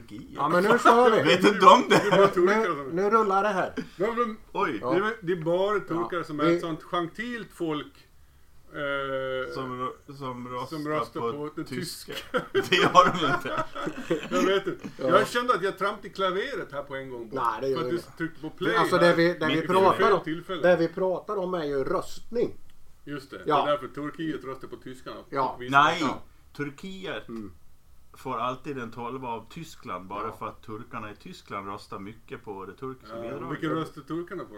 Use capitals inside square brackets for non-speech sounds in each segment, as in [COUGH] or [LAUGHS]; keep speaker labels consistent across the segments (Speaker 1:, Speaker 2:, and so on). Speaker 1: Turkiet.
Speaker 2: Ja men nu kör vi!
Speaker 3: [LAUGHS]
Speaker 1: Vet inte om
Speaker 3: Det var
Speaker 1: det?
Speaker 3: turkar
Speaker 2: Nu,
Speaker 3: som...
Speaker 2: nu rullar det här.
Speaker 3: Ja, men,
Speaker 1: Oj.
Speaker 3: det, är, det är bara turkar
Speaker 2: Ja.
Speaker 3: som är
Speaker 2: Vi-
Speaker 3: ett sånt gentilt folk. Eh,
Speaker 1: Som, ro- som, röstar
Speaker 3: Som röstar
Speaker 1: på,
Speaker 3: på den
Speaker 1: tyska. [LAUGHS] det har de inte.
Speaker 3: Jag vet inte. Jag kände att jag trampade i klaveret här på en gång. bara.
Speaker 2: Nej, det
Speaker 3: För
Speaker 2: gör
Speaker 3: att du
Speaker 2: inget.
Speaker 3: tryckte på play.
Speaker 2: Alltså
Speaker 3: här.
Speaker 2: det vi, det vi,
Speaker 1: Mycket
Speaker 2: pratar
Speaker 3: fel
Speaker 2: om,
Speaker 3: tillfälle.
Speaker 2: det vi pratar om är ju röstning.
Speaker 3: Just det.
Speaker 2: Ja.
Speaker 3: Det är därför Turkiet röstar på tyskarna.
Speaker 2: Ja.
Speaker 3: Och visst-
Speaker 1: Nej,
Speaker 2: Ja.
Speaker 1: Turkiet får alltid en tolva av Tyskland bara för att turkarna i Tyskland röstar mycket på det turkiska
Speaker 3: Ja,
Speaker 1: bidraget.
Speaker 3: vilken röstar turkarna på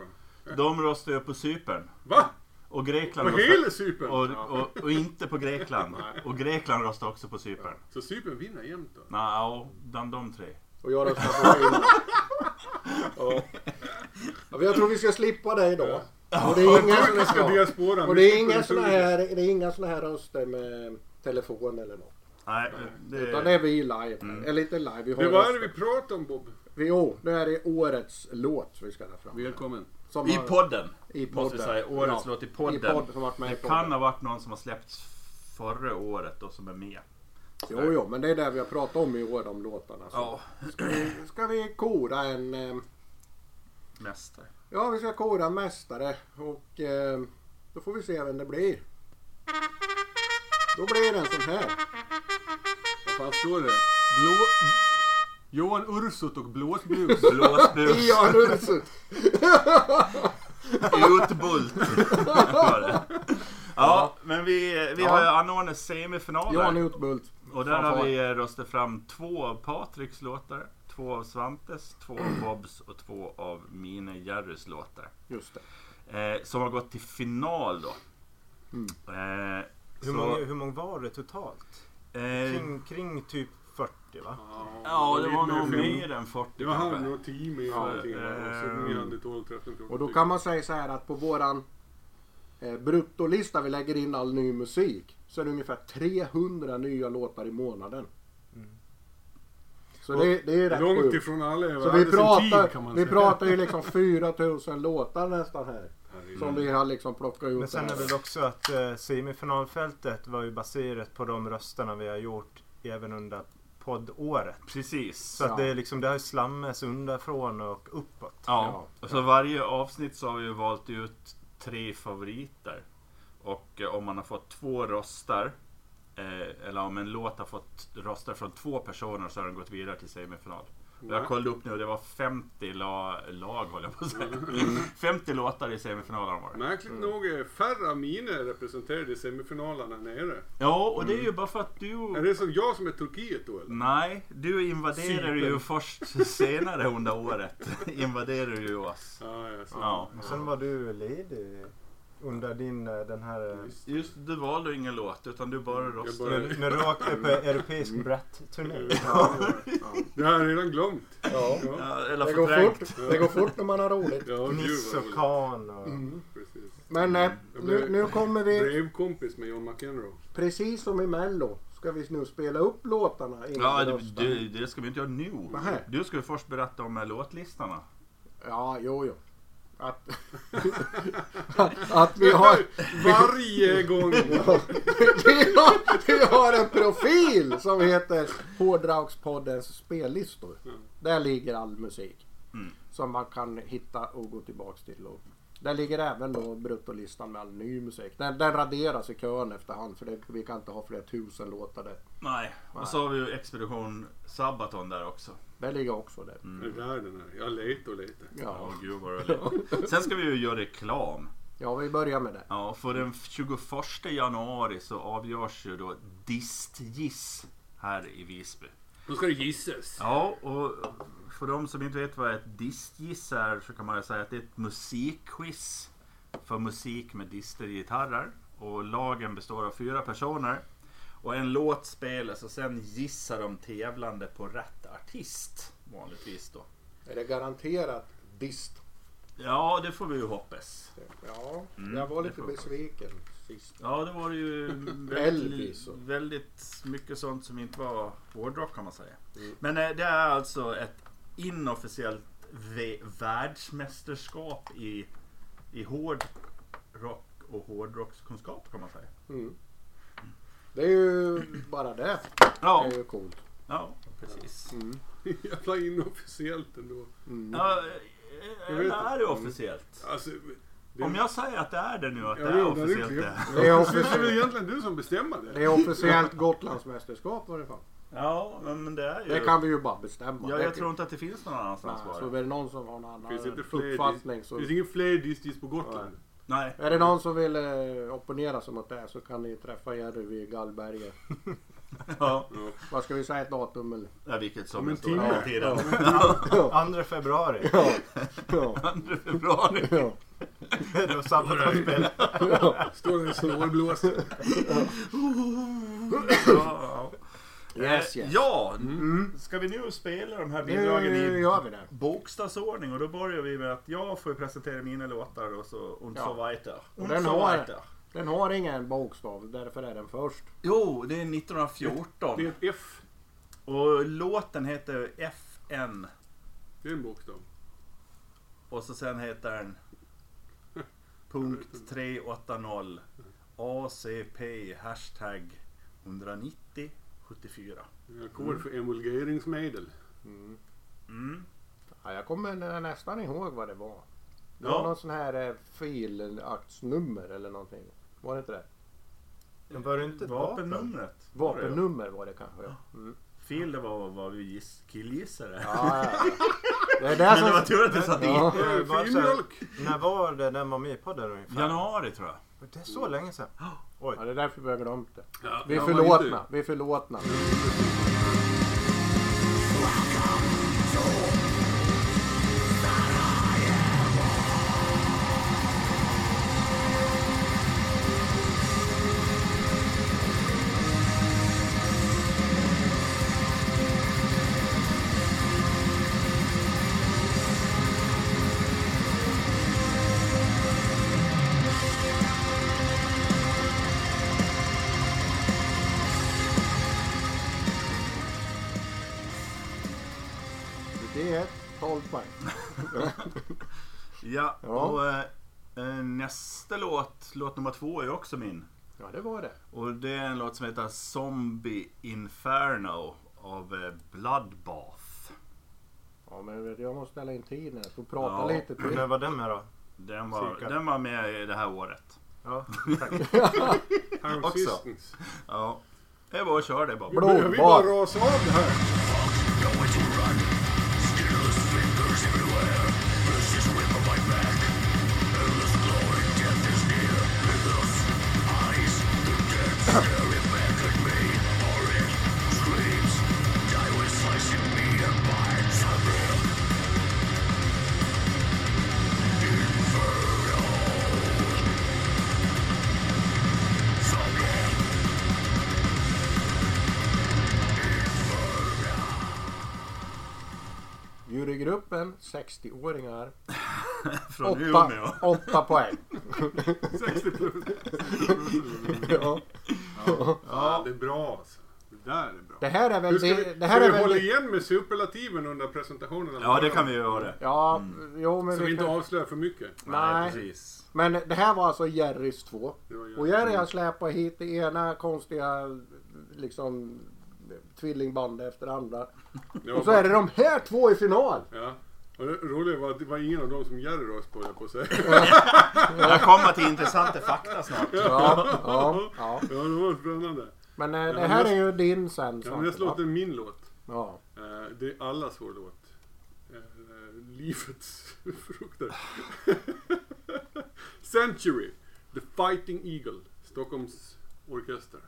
Speaker 3: då?
Speaker 1: De röstar ju på Cypern.
Speaker 3: Va?
Speaker 1: Och Grekland
Speaker 3: På hela Cypern?
Speaker 1: och,
Speaker 3: Ja.
Speaker 1: och, och inte på Grekland. Och Grekland röstar också på Cypern.
Speaker 3: Så Cypern vinner jämt då?
Speaker 1: Nja, bland de tre.
Speaker 2: Och jag röstar på
Speaker 3: [LAUGHS]
Speaker 2: Finland. Ja. Ja, men jag tror vi ska slippa det idag. Och det är inga såna
Speaker 3: Turkiska
Speaker 2: här,
Speaker 3: diasporan.
Speaker 2: och det är
Speaker 3: vi ska
Speaker 2: inga
Speaker 3: på
Speaker 2: såna
Speaker 3: Turkiet.
Speaker 2: här, det är inga såna här röster med telefon eller något.
Speaker 1: Nej,
Speaker 2: Utan
Speaker 1: det
Speaker 2: det är vi live. Eller inte live, vi har
Speaker 3: Mm. Det var det
Speaker 2: röster.
Speaker 3: vi pratade om Bob.
Speaker 2: Vi- Jo, nu är det årets låt vi ska ta fram.
Speaker 3: Välkommen.
Speaker 2: Som
Speaker 1: I
Speaker 2: har-
Speaker 1: podden.
Speaker 2: i
Speaker 1: Måste vi
Speaker 2: podden.
Speaker 1: säga. Årets
Speaker 2: Ja,
Speaker 1: låt i podden.
Speaker 2: i podden som varit med i
Speaker 1: det
Speaker 2: podden.
Speaker 1: kan ha varit någon som har släppts förra året och som är med.
Speaker 2: Jo, jo, men det är det vi har pratat om i år, de låtarna. Så
Speaker 1: Ja,
Speaker 2: ska, vi, ska vi kora en... eh,
Speaker 1: mästare.
Speaker 2: Ja, vi ska kora en mästare och eh, då får vi se vem det blir. Då blir det en sån här.
Speaker 3: Vad fan står det? Blå... Johan Ursut och Blåsbrus.
Speaker 1: Blåsbus.
Speaker 2: Ian Ursut.
Speaker 1: Utbult. Var det. ja, men vi, vi
Speaker 2: Ja.
Speaker 1: har ju anordnat
Speaker 2: Jan
Speaker 1: semifinaler.
Speaker 2: Utbult.
Speaker 1: Och där har vi eh, röstat fram två av Patriks låtar, två av Svantes, två av Bobs och två av mina Jerrys låtar.
Speaker 2: Just det.
Speaker 1: Eh, som har gått till final då. Eh,
Speaker 4: Hur
Speaker 1: så-
Speaker 4: många, hur många var det totalt?
Speaker 1: Eh,
Speaker 4: Kring, kring typ 40 va?
Speaker 1: ja, det var nog
Speaker 3: Mer-
Speaker 1: mer än 40
Speaker 3: Det var han,
Speaker 1: kanske.
Speaker 3: det var 10 med
Speaker 2: Ja,
Speaker 3: någonting. va? Och
Speaker 1: ehm.
Speaker 3: Så ni hade 12, 13, 14
Speaker 2: Och då kan man säga så här att på våran eh, bruttolista, vi lägger in all ny musik, så är det ungefär 300 nya låtar i månaden. Mm. Så det, det är ju stycken.
Speaker 3: stycken.
Speaker 2: rätt
Speaker 3: Långt
Speaker 2: sjukt.
Speaker 3: ifrån alla över
Speaker 2: Så vi pratar, vi pratar ju liksom 4000 låtar nästan här. Som vi har liksom plockat ut.
Speaker 4: Men sen är
Speaker 2: här.
Speaker 4: väl också att eh, semifinalfältet var ju baserat på de rösterna vi har gjort även under poddåret.
Speaker 1: Precis.
Speaker 4: Så
Speaker 2: Ja.
Speaker 4: att det är liksom, det har ju slammats underifrån och uppåt.
Speaker 1: Ja, så varje avsnitt så har vi ju valt ut tre favoriter. Och eh, om man har fått två röster, eh, eller om en låt har fått röster från två personer så har den gått vidare till semifinal. Och Jag kollade upp nu och det var 50 la, lag, håller jag på att säga. [LAUGHS]
Speaker 3: Mm.
Speaker 1: 50 låtar i semifinalen har det varit.
Speaker 3: Märkligt nog är färre av mina representerade i semifinalerna nere.
Speaker 1: Ja, och det är ju bara för att
Speaker 3: Mm. Är
Speaker 1: du...
Speaker 3: det som jag som är Turkiet då eller?
Speaker 1: Nej, du invaderar ju
Speaker 3: Cypern.
Speaker 1: först senare under året. [LAUGHS] Invaderar ju oss.
Speaker 3: Ja, ja, så.
Speaker 1: Ja.
Speaker 4: Och sen var du ledig under din, eh, den här... eh,
Speaker 1: Just du valde ingen låt utan du bara röstade.
Speaker 3: Mm, bara-
Speaker 4: När, när du åkte på europeisk brett-turné.
Speaker 3: Ja, ja. Det har jag redan glömt.
Speaker 2: Ja.
Speaker 3: Ja,
Speaker 1: Ja, eller
Speaker 2: Det går,
Speaker 1: förträngt.
Speaker 2: fort, det går fort när man har roligt. Mm.
Speaker 3: ja
Speaker 4: Niss
Speaker 3: gud
Speaker 4: och
Speaker 3: vad roligt.
Speaker 4: Khan och...
Speaker 3: Precis.
Speaker 2: Men eh, nu, nu kommer vi,
Speaker 3: Brevkompis med John McEnroe.
Speaker 2: precis som i Mello, ska vi nu spela upp låtarna innan
Speaker 1: Ja,
Speaker 2: vi
Speaker 1: det,
Speaker 2: röstar.
Speaker 1: det, det ska vi inte göra nu.
Speaker 2: Nähä.
Speaker 1: Du ska ju först berätta om eh, låtlistorna.
Speaker 2: Ja, jo, jo. Att, [LAUGHS] att, att vi har...
Speaker 3: [LAUGHS] Varje gång!
Speaker 2: Vi har, vi har en profil som heter Hårdrockspoddens spellistor. Där ligger all musik. Som man kan hitta och gå tillbaks till. Och där ligger även då bruttolistan med all ny musik. Den, den raderas i kön efterhand för det, vi kan inte ha flera tusen låtar där.
Speaker 1: Nej. Och så har vi ju Expedition Sabaton där också.
Speaker 2: Det ligger också där.
Speaker 1: Mm.
Speaker 3: Det är där den är. Jag letar och letar.
Speaker 1: Åh
Speaker 2: Ja.
Speaker 1: gud vad roligt. Sen ska vi ju göra reklam.
Speaker 2: ja, vi börjar med det.
Speaker 1: Ja, för den 21 januari så avgörs ju då Distgiss här i Visby.
Speaker 3: Då ska det gissas.
Speaker 1: Ja, och för de som inte vet vad ett distgiss är så kan man ju säga att det är ett musikquiz för musik med distelgitarrer. Och lagen består av fyra personer. Och en låt spelas och sen gissar de tävlande på rätt artist vanligtvis då.
Speaker 2: Är det garanterat dist?
Speaker 1: Ja, det får vi ju hoppas.
Speaker 2: Ja, jag var
Speaker 1: det
Speaker 2: lite
Speaker 1: får vi.
Speaker 2: besviken sist.
Speaker 1: Ja, det var det ju
Speaker 2: Elvis
Speaker 1: väldigt,
Speaker 2: och-
Speaker 1: väldigt mycket sånt som inte var hårdrock kan man säga. Men eh, det är alltså ett inofficiellt v- världsmästerskap i, i hårdrock och hårdrockskunskap kan man säga.
Speaker 2: Det är ju bara det. Det
Speaker 1: Ja,
Speaker 2: är ju coolt.
Speaker 1: ja precis.
Speaker 3: [LAUGHS] Jävla inofficiellt ändå.
Speaker 2: Mm.
Speaker 1: Ja,
Speaker 3: Jag vet
Speaker 1: eller
Speaker 3: inte.
Speaker 1: är det officiellt?
Speaker 3: Alltså, det,
Speaker 1: Om jag säger att det är det nu, att
Speaker 3: Ja,
Speaker 1: det är
Speaker 3: jo, det är
Speaker 1: officiellt
Speaker 3: klart.
Speaker 1: det.
Speaker 2: Det är
Speaker 3: det är väl
Speaker 2: officiellt,
Speaker 3: egentligen du som bestämmer
Speaker 2: det
Speaker 3: det.
Speaker 2: är officiellt Gotlandsmästerskap i alla fall.
Speaker 1: Ja, men men det är ju...
Speaker 2: Det kan vi ju bara bestämma.
Speaker 1: ja,
Speaker 2: Det-
Speaker 1: jag tror inte att det finns någon annanstans
Speaker 2: Nej,
Speaker 1: bara.
Speaker 2: Så är det någon som har en annan
Speaker 3: Finns inte fler
Speaker 2: uppfattning
Speaker 3: Det
Speaker 2: så...
Speaker 3: finns ingen fler distis på Gotland.
Speaker 2: [LAUGHS]
Speaker 1: Nej.
Speaker 2: Är det någon som vill eh, opponera sig mot det här så kan ni träffa Jerry vid Gallberget.
Speaker 1: Ja.
Speaker 2: Vad ska vi säga ett datum eller?
Speaker 1: Ja, vilket som
Speaker 3: Om en
Speaker 1: helst då.
Speaker 3: timme.
Speaker 1: Tiden. [LAUGHS]
Speaker 2: Ja.
Speaker 4: 2 februari. [LAUGHS]
Speaker 2: Ja. Ja.
Speaker 1: 2 februari.
Speaker 2: Ja.
Speaker 4: Då saboterar vi spelet.
Speaker 2: Ja.
Speaker 3: Står den snålblåser.
Speaker 1: Ja, ja.
Speaker 2: Yes,
Speaker 1: Eh,
Speaker 2: yes. Mm.
Speaker 1: Ja, mm. ska vi nu spela de här bidragen
Speaker 2: Nu
Speaker 1: i
Speaker 2: gör vi det.
Speaker 1: bokstavsordning och då börjar vi med att jag får presentera mina låtar och så und
Speaker 2: Ja.
Speaker 1: so weiter. Und
Speaker 2: den
Speaker 1: so
Speaker 2: har-
Speaker 1: weiter.
Speaker 2: Den har ingen bokstav, därför är den först.
Speaker 1: Jo, det är 1914
Speaker 3: Det är ett F.
Speaker 1: och låten heter FN
Speaker 3: Det är en bokstav.
Speaker 1: och så sen heter den punkt 380 ACP hashtag 190 74.
Speaker 3: En ackord för emulgeringsmedel.
Speaker 2: Mm.
Speaker 1: Mm.
Speaker 2: Ja, jag kommer nä- nästan ihåg vad det var. Det var
Speaker 1: Ja.
Speaker 2: någon sån här eh, filaktsnummer eller någonting. Var det inte det?
Speaker 4: Men var det inte ett vapen?
Speaker 1: Vapennumret. var det ju.
Speaker 2: Vapennummer var det kanske. Ja, mm.
Speaker 1: Fel det var vad vi giss, killgissade.
Speaker 2: ja, ja, ja. Det är det
Speaker 1: [LAUGHS] Men det var
Speaker 4: Alltså,
Speaker 2: som...
Speaker 1: tur att du sa
Speaker 2: Ja.
Speaker 1: det.
Speaker 4: Det är bara så här,
Speaker 3: Filmjölk!
Speaker 4: när var det den var med i podden ungefär?
Speaker 1: Januari tror jag.
Speaker 4: Det är så länge sedan.
Speaker 2: Ja, det är därför vi har glömt det.
Speaker 3: Ja,
Speaker 2: Vi är
Speaker 3: ja, men
Speaker 2: förlåtna.
Speaker 3: inte-
Speaker 1: typ-
Speaker 2: Vi är förlåtna. Det är 12 poäng. [LAUGHS]
Speaker 1: Ja,
Speaker 2: Ja.
Speaker 1: och eh, eh, nästa låt, låt nummer två, är också min.
Speaker 2: Ja, det var det.
Speaker 1: Och det är en låt som heter Zombie Inferno av eh, Bloodbath.
Speaker 2: Ja, men vet du, jag måste ställa in tiden. Jag får prata
Speaker 1: Ja.
Speaker 2: lite
Speaker 4: Men
Speaker 2: till.
Speaker 4: när var den med då?
Speaker 1: Den var,
Speaker 4: Cirka.
Speaker 1: den var med i det här året. [LAUGHS]
Speaker 4: Ja, tack.
Speaker 3: Halvsistens.
Speaker 1: Ja. Det är bara att köra det bara.
Speaker 2: Blå-
Speaker 3: Behöver vi bara rasa av
Speaker 2: [LAUGHS]
Speaker 3: det här?
Speaker 2: Jurygruppen 60-åringar.
Speaker 1: Från Umeå.
Speaker 2: 8,
Speaker 1: [LAUGHS]
Speaker 2: 8 poäng.
Speaker 3: 60 plus.
Speaker 2: Ja.
Speaker 3: Ja, det är bra alltså. Det där är bra.
Speaker 2: Det här är väl...
Speaker 3: Nu ska vi,
Speaker 2: Det, det här
Speaker 3: ska
Speaker 2: är
Speaker 3: vi hålla
Speaker 2: väl...
Speaker 3: igen med superlativen under presentationen?
Speaker 1: Ja, det kan vi göra.
Speaker 2: Ja,
Speaker 1: Mm.
Speaker 2: jo men
Speaker 3: Så vi
Speaker 2: vi
Speaker 3: inte
Speaker 2: kan,
Speaker 3: avslöjar för mycket.
Speaker 2: Nej,
Speaker 1: precis.
Speaker 2: men det här var alltså Jerrys två.
Speaker 3: Det var ju-
Speaker 2: Och Jerry har släpat hit det ena konstiga liksom tvillingbandet efter det andra.
Speaker 3: Det var
Speaker 2: Och så är
Speaker 3: bara-
Speaker 2: det de här två i final!
Speaker 3: Ja. Och det roliga var att det var ingen av dem som Jerry röst på, höll jag på att säga.
Speaker 1: Jag kommer till intressanta fakta snart.
Speaker 2: Ja, ja, ja.
Speaker 3: [LAUGHS] Ja, det var spännande.
Speaker 2: Men eh, det
Speaker 3: men
Speaker 2: här
Speaker 3: näst-
Speaker 2: är ju din sen
Speaker 3: Ja, men nästa
Speaker 2: snart.
Speaker 3: låt
Speaker 2: va?
Speaker 3: är min låt.
Speaker 2: Ja.
Speaker 3: Eh, Det är allas vår låt. Eh, Livets [LAUGHS] frukter. Century. The Fighting Eagle. Stockholms orkester.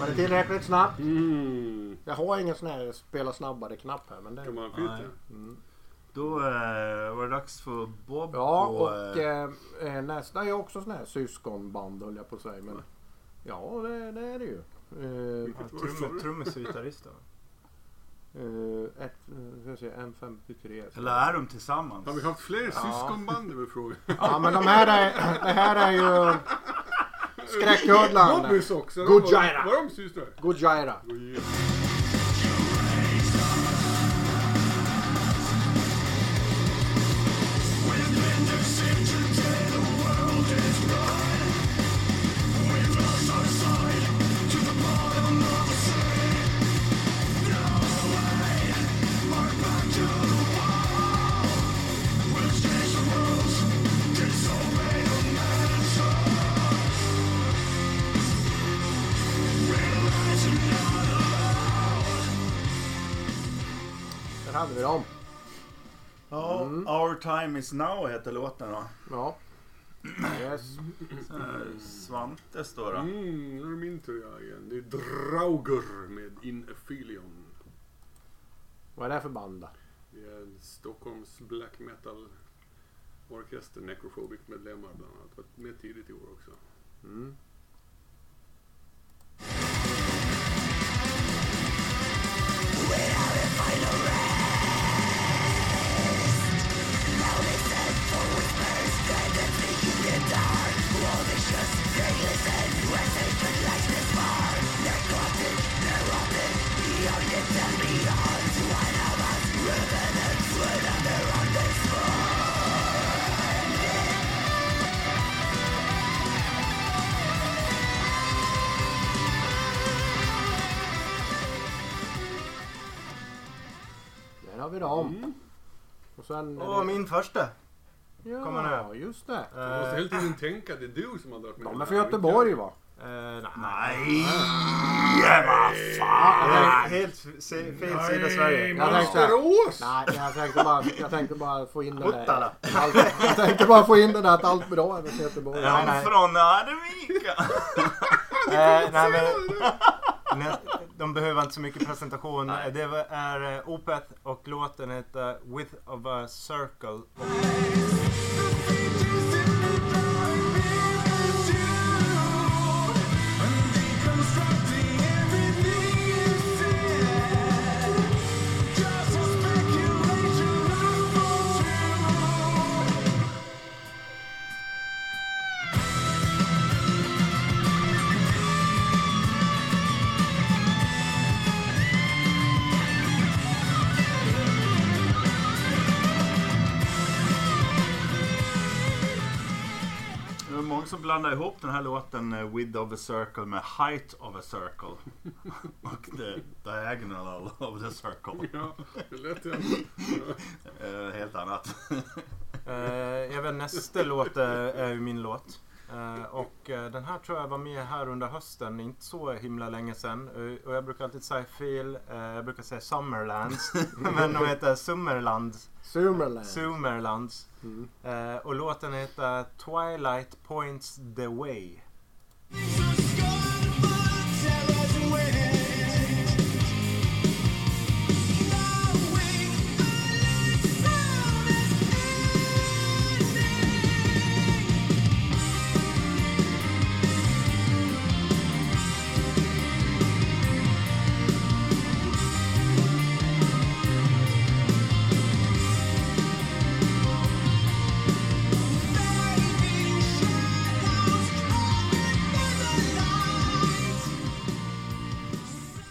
Speaker 2: Var det tillräckligt snabbt?
Speaker 3: Mm.
Speaker 2: Jag har ingen sån här spela snabbare-knapp här men det...
Speaker 3: Kan man flytta?
Speaker 1: Nej. Då eh, var det dags för Bob
Speaker 2: Ja, eh,
Speaker 1: och... eh,
Speaker 3: Mm.
Speaker 2: och eh, eh, nästa är också sån här syskonband höll jag på att säga. Men Ja, det, det är det ju. Eh,
Speaker 4: Ja,
Speaker 3: Vad sa du?
Speaker 4: trumme- Trummis och gitarrist då?
Speaker 2: eh, ett, eh, ska jag se, M53.
Speaker 1: Eller är de tillsammans?
Speaker 3: Har vi haft fler
Speaker 2: Ja.
Speaker 3: syskonband är väl frågan.
Speaker 2: Ja, men de här är, det här är ju skräcködlan.
Speaker 3: Bobbys också.
Speaker 2: Gojira.
Speaker 3: Var, var de systrar?
Speaker 2: Gojira.
Speaker 3: Gojira.
Speaker 2: Där hade vi dem.
Speaker 1: Ja, Our time is now heter låten då.
Speaker 2: Ja. Yes.
Speaker 1: Sen är det Svantes då. då.
Speaker 3: Mm, nu är det min tur jag igen. Det är Drauger med In Aphelion.
Speaker 2: Vad är det för band då?
Speaker 3: Det är en Stockholms black metal orkester, Necrophobic medlemmar bland annat. Varit med tidigt i år också.
Speaker 2: Mm. Där har vi dem.
Speaker 3: Mm.
Speaker 2: Och sen... är
Speaker 4: Åh,
Speaker 2: det-
Speaker 4: min första! Eh,
Speaker 2: Ja,
Speaker 4: kommer nu.
Speaker 2: just det.
Speaker 3: Jag måste
Speaker 4: Eh,
Speaker 3: hela tiden tänka att det är du som har dragit med
Speaker 2: De är
Speaker 3: den
Speaker 2: från
Speaker 3: här.
Speaker 2: Göteborg va?
Speaker 4: eh, nej.
Speaker 1: Nej! Vad
Speaker 4: Helt-
Speaker 1: fan!
Speaker 4: Helt f- se- fel sida Sverige.
Speaker 2: Jag tänkte-
Speaker 3: Västerås!
Speaker 2: Nej, jag tänkte bara, jag tänkte bara få in det där.
Speaker 4: Uttala.
Speaker 2: Allt, jag tänkte bara få in det där att allt bra är med Göteborg.
Speaker 4: Ja.
Speaker 1: Jag är
Speaker 4: nej.
Speaker 1: från Arvika!
Speaker 4: [LAUGHS] Eh, nej, men, nej, de behöver inte så mycket presentation.
Speaker 1: Nej.
Speaker 4: Det var- är eh, Opeth och låten heter With of a Circle. Och
Speaker 1: Det var många som blandade ihop den här låten eh, Width of a Circle med Height of a Circle. [LAUGHS] Och the Diagonal of the Circle.
Speaker 3: Ja, det lät jag.
Speaker 1: Eh, helt annat.
Speaker 4: Eh, även nästa låt eh, är ju min låt. Eh, och eh, den här tror jag var med här under hösten, inte så himla länge sedan. Eh, och jag brukar alltid säga fel, eh, jag brukar säga Summerlands. men de heter Summerlands.
Speaker 2: Summerland.
Speaker 4: Summerlands.
Speaker 2: Eh. Mm.
Speaker 4: Eh, och låten heter Twilight Points the Way.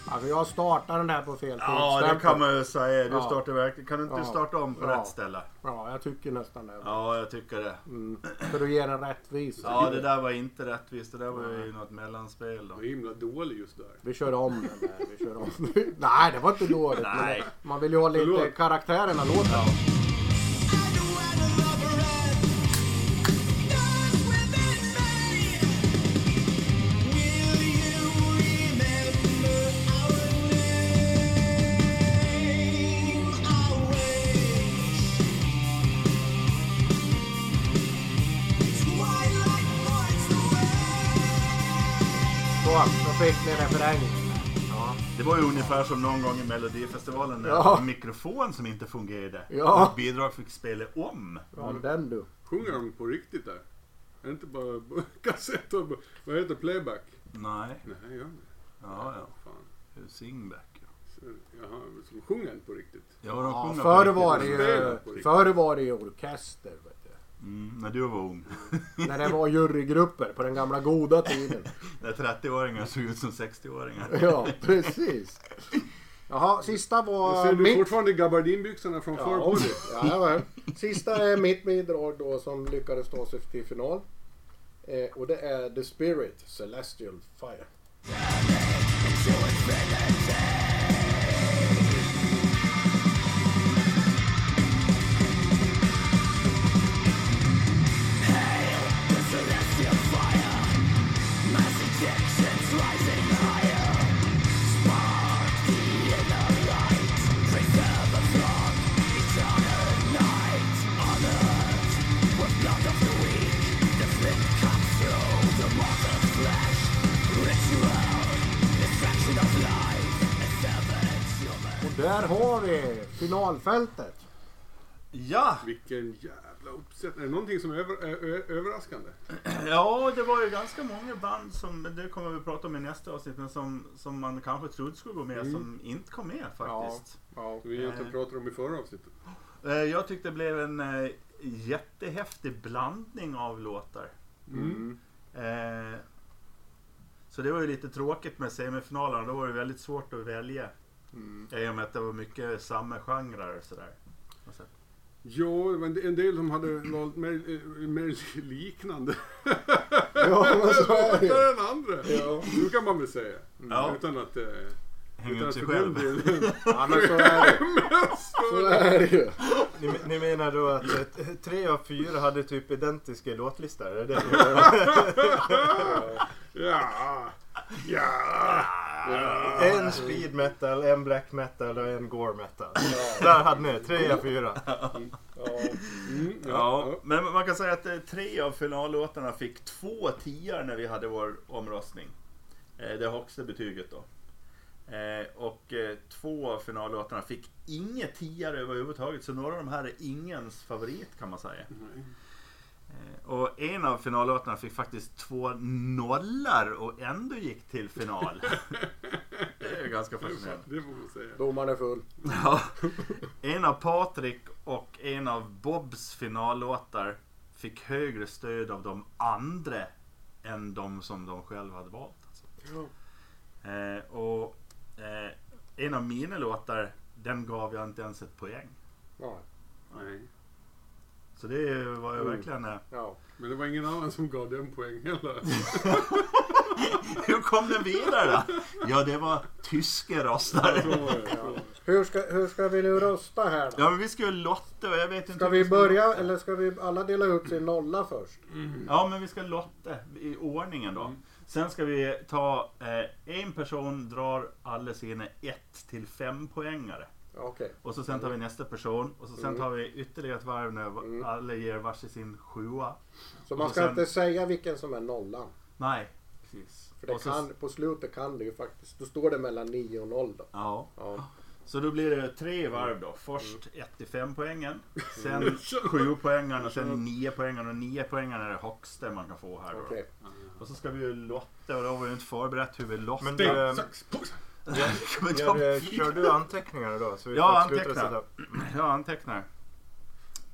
Speaker 2: Alltså jag startar den här på fel
Speaker 1: Ja, det
Speaker 2: punktstämpel.
Speaker 1: kan man ju säga. Du
Speaker 2: Ja.
Speaker 1: startar verkligen. Kan du inte
Speaker 2: Ja.
Speaker 1: starta om på
Speaker 2: Ja.
Speaker 1: rätt ställe?
Speaker 2: Ja, jag tycker nästan det.
Speaker 1: Ja, jag tycker det.
Speaker 2: Mm. För att ge den rättvis.
Speaker 1: Ja, det där var inte rättvist. Det där var ju något mellanspel då.
Speaker 3: Jag är himla dålig just där.
Speaker 2: Vi kör om den där. Vi kör om. [LAUGHS] Nej, det var inte dåligt. men
Speaker 1: Nej.
Speaker 2: Man vill ju ha lite
Speaker 3: Förlåt.
Speaker 2: karaktärerna låten.
Speaker 1: Ja.
Speaker 2: Så, då fick ni referensen.
Speaker 1: Det var ju ungefär som någon gång i Melodifestivalen när det
Speaker 2: Ja.
Speaker 1: var en mikrofon som inte fungerade.
Speaker 2: Ja.
Speaker 1: Och bidrag fick spela om.
Speaker 2: Ja, den du.
Speaker 3: [LAUGHS] Sjunger de på riktigt där? Är det inte bara kassett och vad heter playback?
Speaker 1: Nej.
Speaker 3: Nej, gör det.
Speaker 1: Ja, ja.
Speaker 3: Fan.
Speaker 1: Singback. ja.
Speaker 3: Så, jaha, som sjunger han på riktigt?
Speaker 1: Ja, de
Speaker 2: Ja,
Speaker 1: sjunger
Speaker 2: förr
Speaker 1: på
Speaker 2: var det
Speaker 1: riktigt.
Speaker 2: ju, förr var det ju orkester. Vet du.
Speaker 1: Mm, när du var ung.
Speaker 2: När det var jurygrupper på den gamla goda tiden. [LAUGHS]
Speaker 1: När 30-åringar såg ut som 60-åringar.
Speaker 2: Ja, precis. Jaha, sista
Speaker 3: Men
Speaker 2: var
Speaker 3: ser du
Speaker 2: mitt.
Speaker 3: fortfarande gabardinbyxorna från förr på
Speaker 2: Ja,
Speaker 3: dig?
Speaker 2: jajamän. sista är mitt bidrag då som lyckades ta sig till final. Eh, och det är The Spirit Celestial Fire. Och där har vi finalfältet.
Speaker 1: Ja!
Speaker 3: Vilken jävla uppsättning. Är det någonting som är, över, är, är överraskande?
Speaker 1: Ja, det var ju ganska många band som, men det kommer vi prata om i nästa avsnitt, men som, som man kanske trodde skulle gå med
Speaker 3: Mm.
Speaker 1: som inte kom med faktiskt.
Speaker 2: Ja.
Speaker 3: Som vi egentligen
Speaker 1: Eh.
Speaker 3: pratade om i förra avsnittet.
Speaker 1: Eh, Jag tyckte det blev en eh, jättehäftig blandning av låtar.
Speaker 2: Mm.
Speaker 1: Eh, Så det var ju lite tråkigt med semifinalerna, då var det väldigt svårt att välja.
Speaker 2: Mm.
Speaker 1: I och med att det var mycket samma genrer och sådär. Och så-
Speaker 3: Ja, men det- en del som hade valt mer, eh, mer liknande
Speaker 2: Ja, men så är
Speaker 3: [LAUGHS]
Speaker 2: det ju.
Speaker 3: låtar än andra.
Speaker 2: Ja.
Speaker 3: Så kan man väl säga.
Speaker 1: Ja.
Speaker 3: Utan att... eh,
Speaker 1: Hänger
Speaker 3: utan
Speaker 1: ut
Speaker 3: att
Speaker 1: sig
Speaker 3: för
Speaker 1: själv.
Speaker 3: den
Speaker 2: [LAUGHS]
Speaker 3: delen-
Speaker 2: Ja, men så är [LAUGHS] det. Så är det ju.
Speaker 4: Ni, ni menar då att eh, t- tre av fyra hade typ identiska låtlistor? Är det det?
Speaker 3: Ja, ja.
Speaker 4: ni- en speed metal, en black metal och en gore metal. Där hade ni tre av fyra.
Speaker 2: Ja.
Speaker 3: Mm,
Speaker 1: Ja,
Speaker 3: ja.
Speaker 1: men man kan säga att eh, tre av finallåtarna fick två tior när vi hade vår omröstning. Eh, Det högsta betyget då. Eh, Och eh, två av finallåtarna fick inga tior överhuvudtaget, så några av de här är ingens favorit kan man säga.
Speaker 3: Nej.
Speaker 1: Eh, Och en av finallåtarna fick faktiskt två nollar och ändå gick till final. Det är ju ganska fascinerande.
Speaker 3: Det får man säga.
Speaker 2: Domaren är full.
Speaker 1: Ja. En av Patrik och en av Bobs finallåtar fick högre stöd av de andra än de som de själva hade valt. Alltså.
Speaker 3: Ja.
Speaker 1: Eh, och eh, en av mina låtar, den gav jag inte ens ett poäng.
Speaker 2: Ja.
Speaker 3: Nej.
Speaker 1: Så det var ju
Speaker 2: Oh.
Speaker 3: Mm.
Speaker 1: verkligen... Eh, [LAUGHS]
Speaker 2: Ja.
Speaker 3: Men det var ingen annan som gav den poäng heller.
Speaker 1: hur kom den vidare då? Ja, det var tyska
Speaker 3: Så
Speaker 1: röstare.
Speaker 3: var det.
Speaker 2: Ja. Hur, ska, hur ska vi nu rösta här då?
Speaker 1: Ja, men vi skulle lotta och jag vet inte...
Speaker 2: Ska
Speaker 1: hur
Speaker 2: vi
Speaker 1: ska
Speaker 2: börja
Speaker 1: lotta.
Speaker 2: eller ska vi alla dela ut sin nolla först?
Speaker 1: Ja, men vi ska lotta i ordningen då.
Speaker 3: Mm.
Speaker 1: Sen ska vi ta eh, en person drar alla sina 1 till 5 poängare.
Speaker 2: Okej.
Speaker 1: Och så sen tar vi nästa person och så sen
Speaker 2: Mm.
Speaker 1: tar vi ytterligare ett varv när va-
Speaker 2: Mm.
Speaker 1: alla ger varsin sin sjua.
Speaker 2: Så man
Speaker 1: Och
Speaker 2: ska
Speaker 1: sen-
Speaker 2: inte säga vilken som är nollan.
Speaker 1: Nej, precis.
Speaker 2: För det
Speaker 1: Och så,
Speaker 2: kan, på slutet kan det ju faktiskt. Då står det mellan 9 och 0 då.
Speaker 1: Ja,
Speaker 2: Ja.
Speaker 1: så då blir det tre varv då. Först
Speaker 2: Mm.
Speaker 1: 1 till 5 poängen,
Speaker 2: [LAUGHS]
Speaker 1: sen 7 poängen och sen 9 poängen och 9 poängen är det högsta man kan få här då.
Speaker 2: Okej.
Speaker 1: Och så ska vi ju lotta och då har vi ju inte förberett hur vi lottar.
Speaker 4: Men
Speaker 1: Ja,
Speaker 4: du,
Speaker 3: Sten, sax, påse.
Speaker 1: [LAUGHS] men
Speaker 4: gör,
Speaker 1: de
Speaker 4: du- kör du anteckningar då? Så vi
Speaker 1: Ja,
Speaker 4: får ett slutresultat.
Speaker 1: antecknar. Jag antecknar.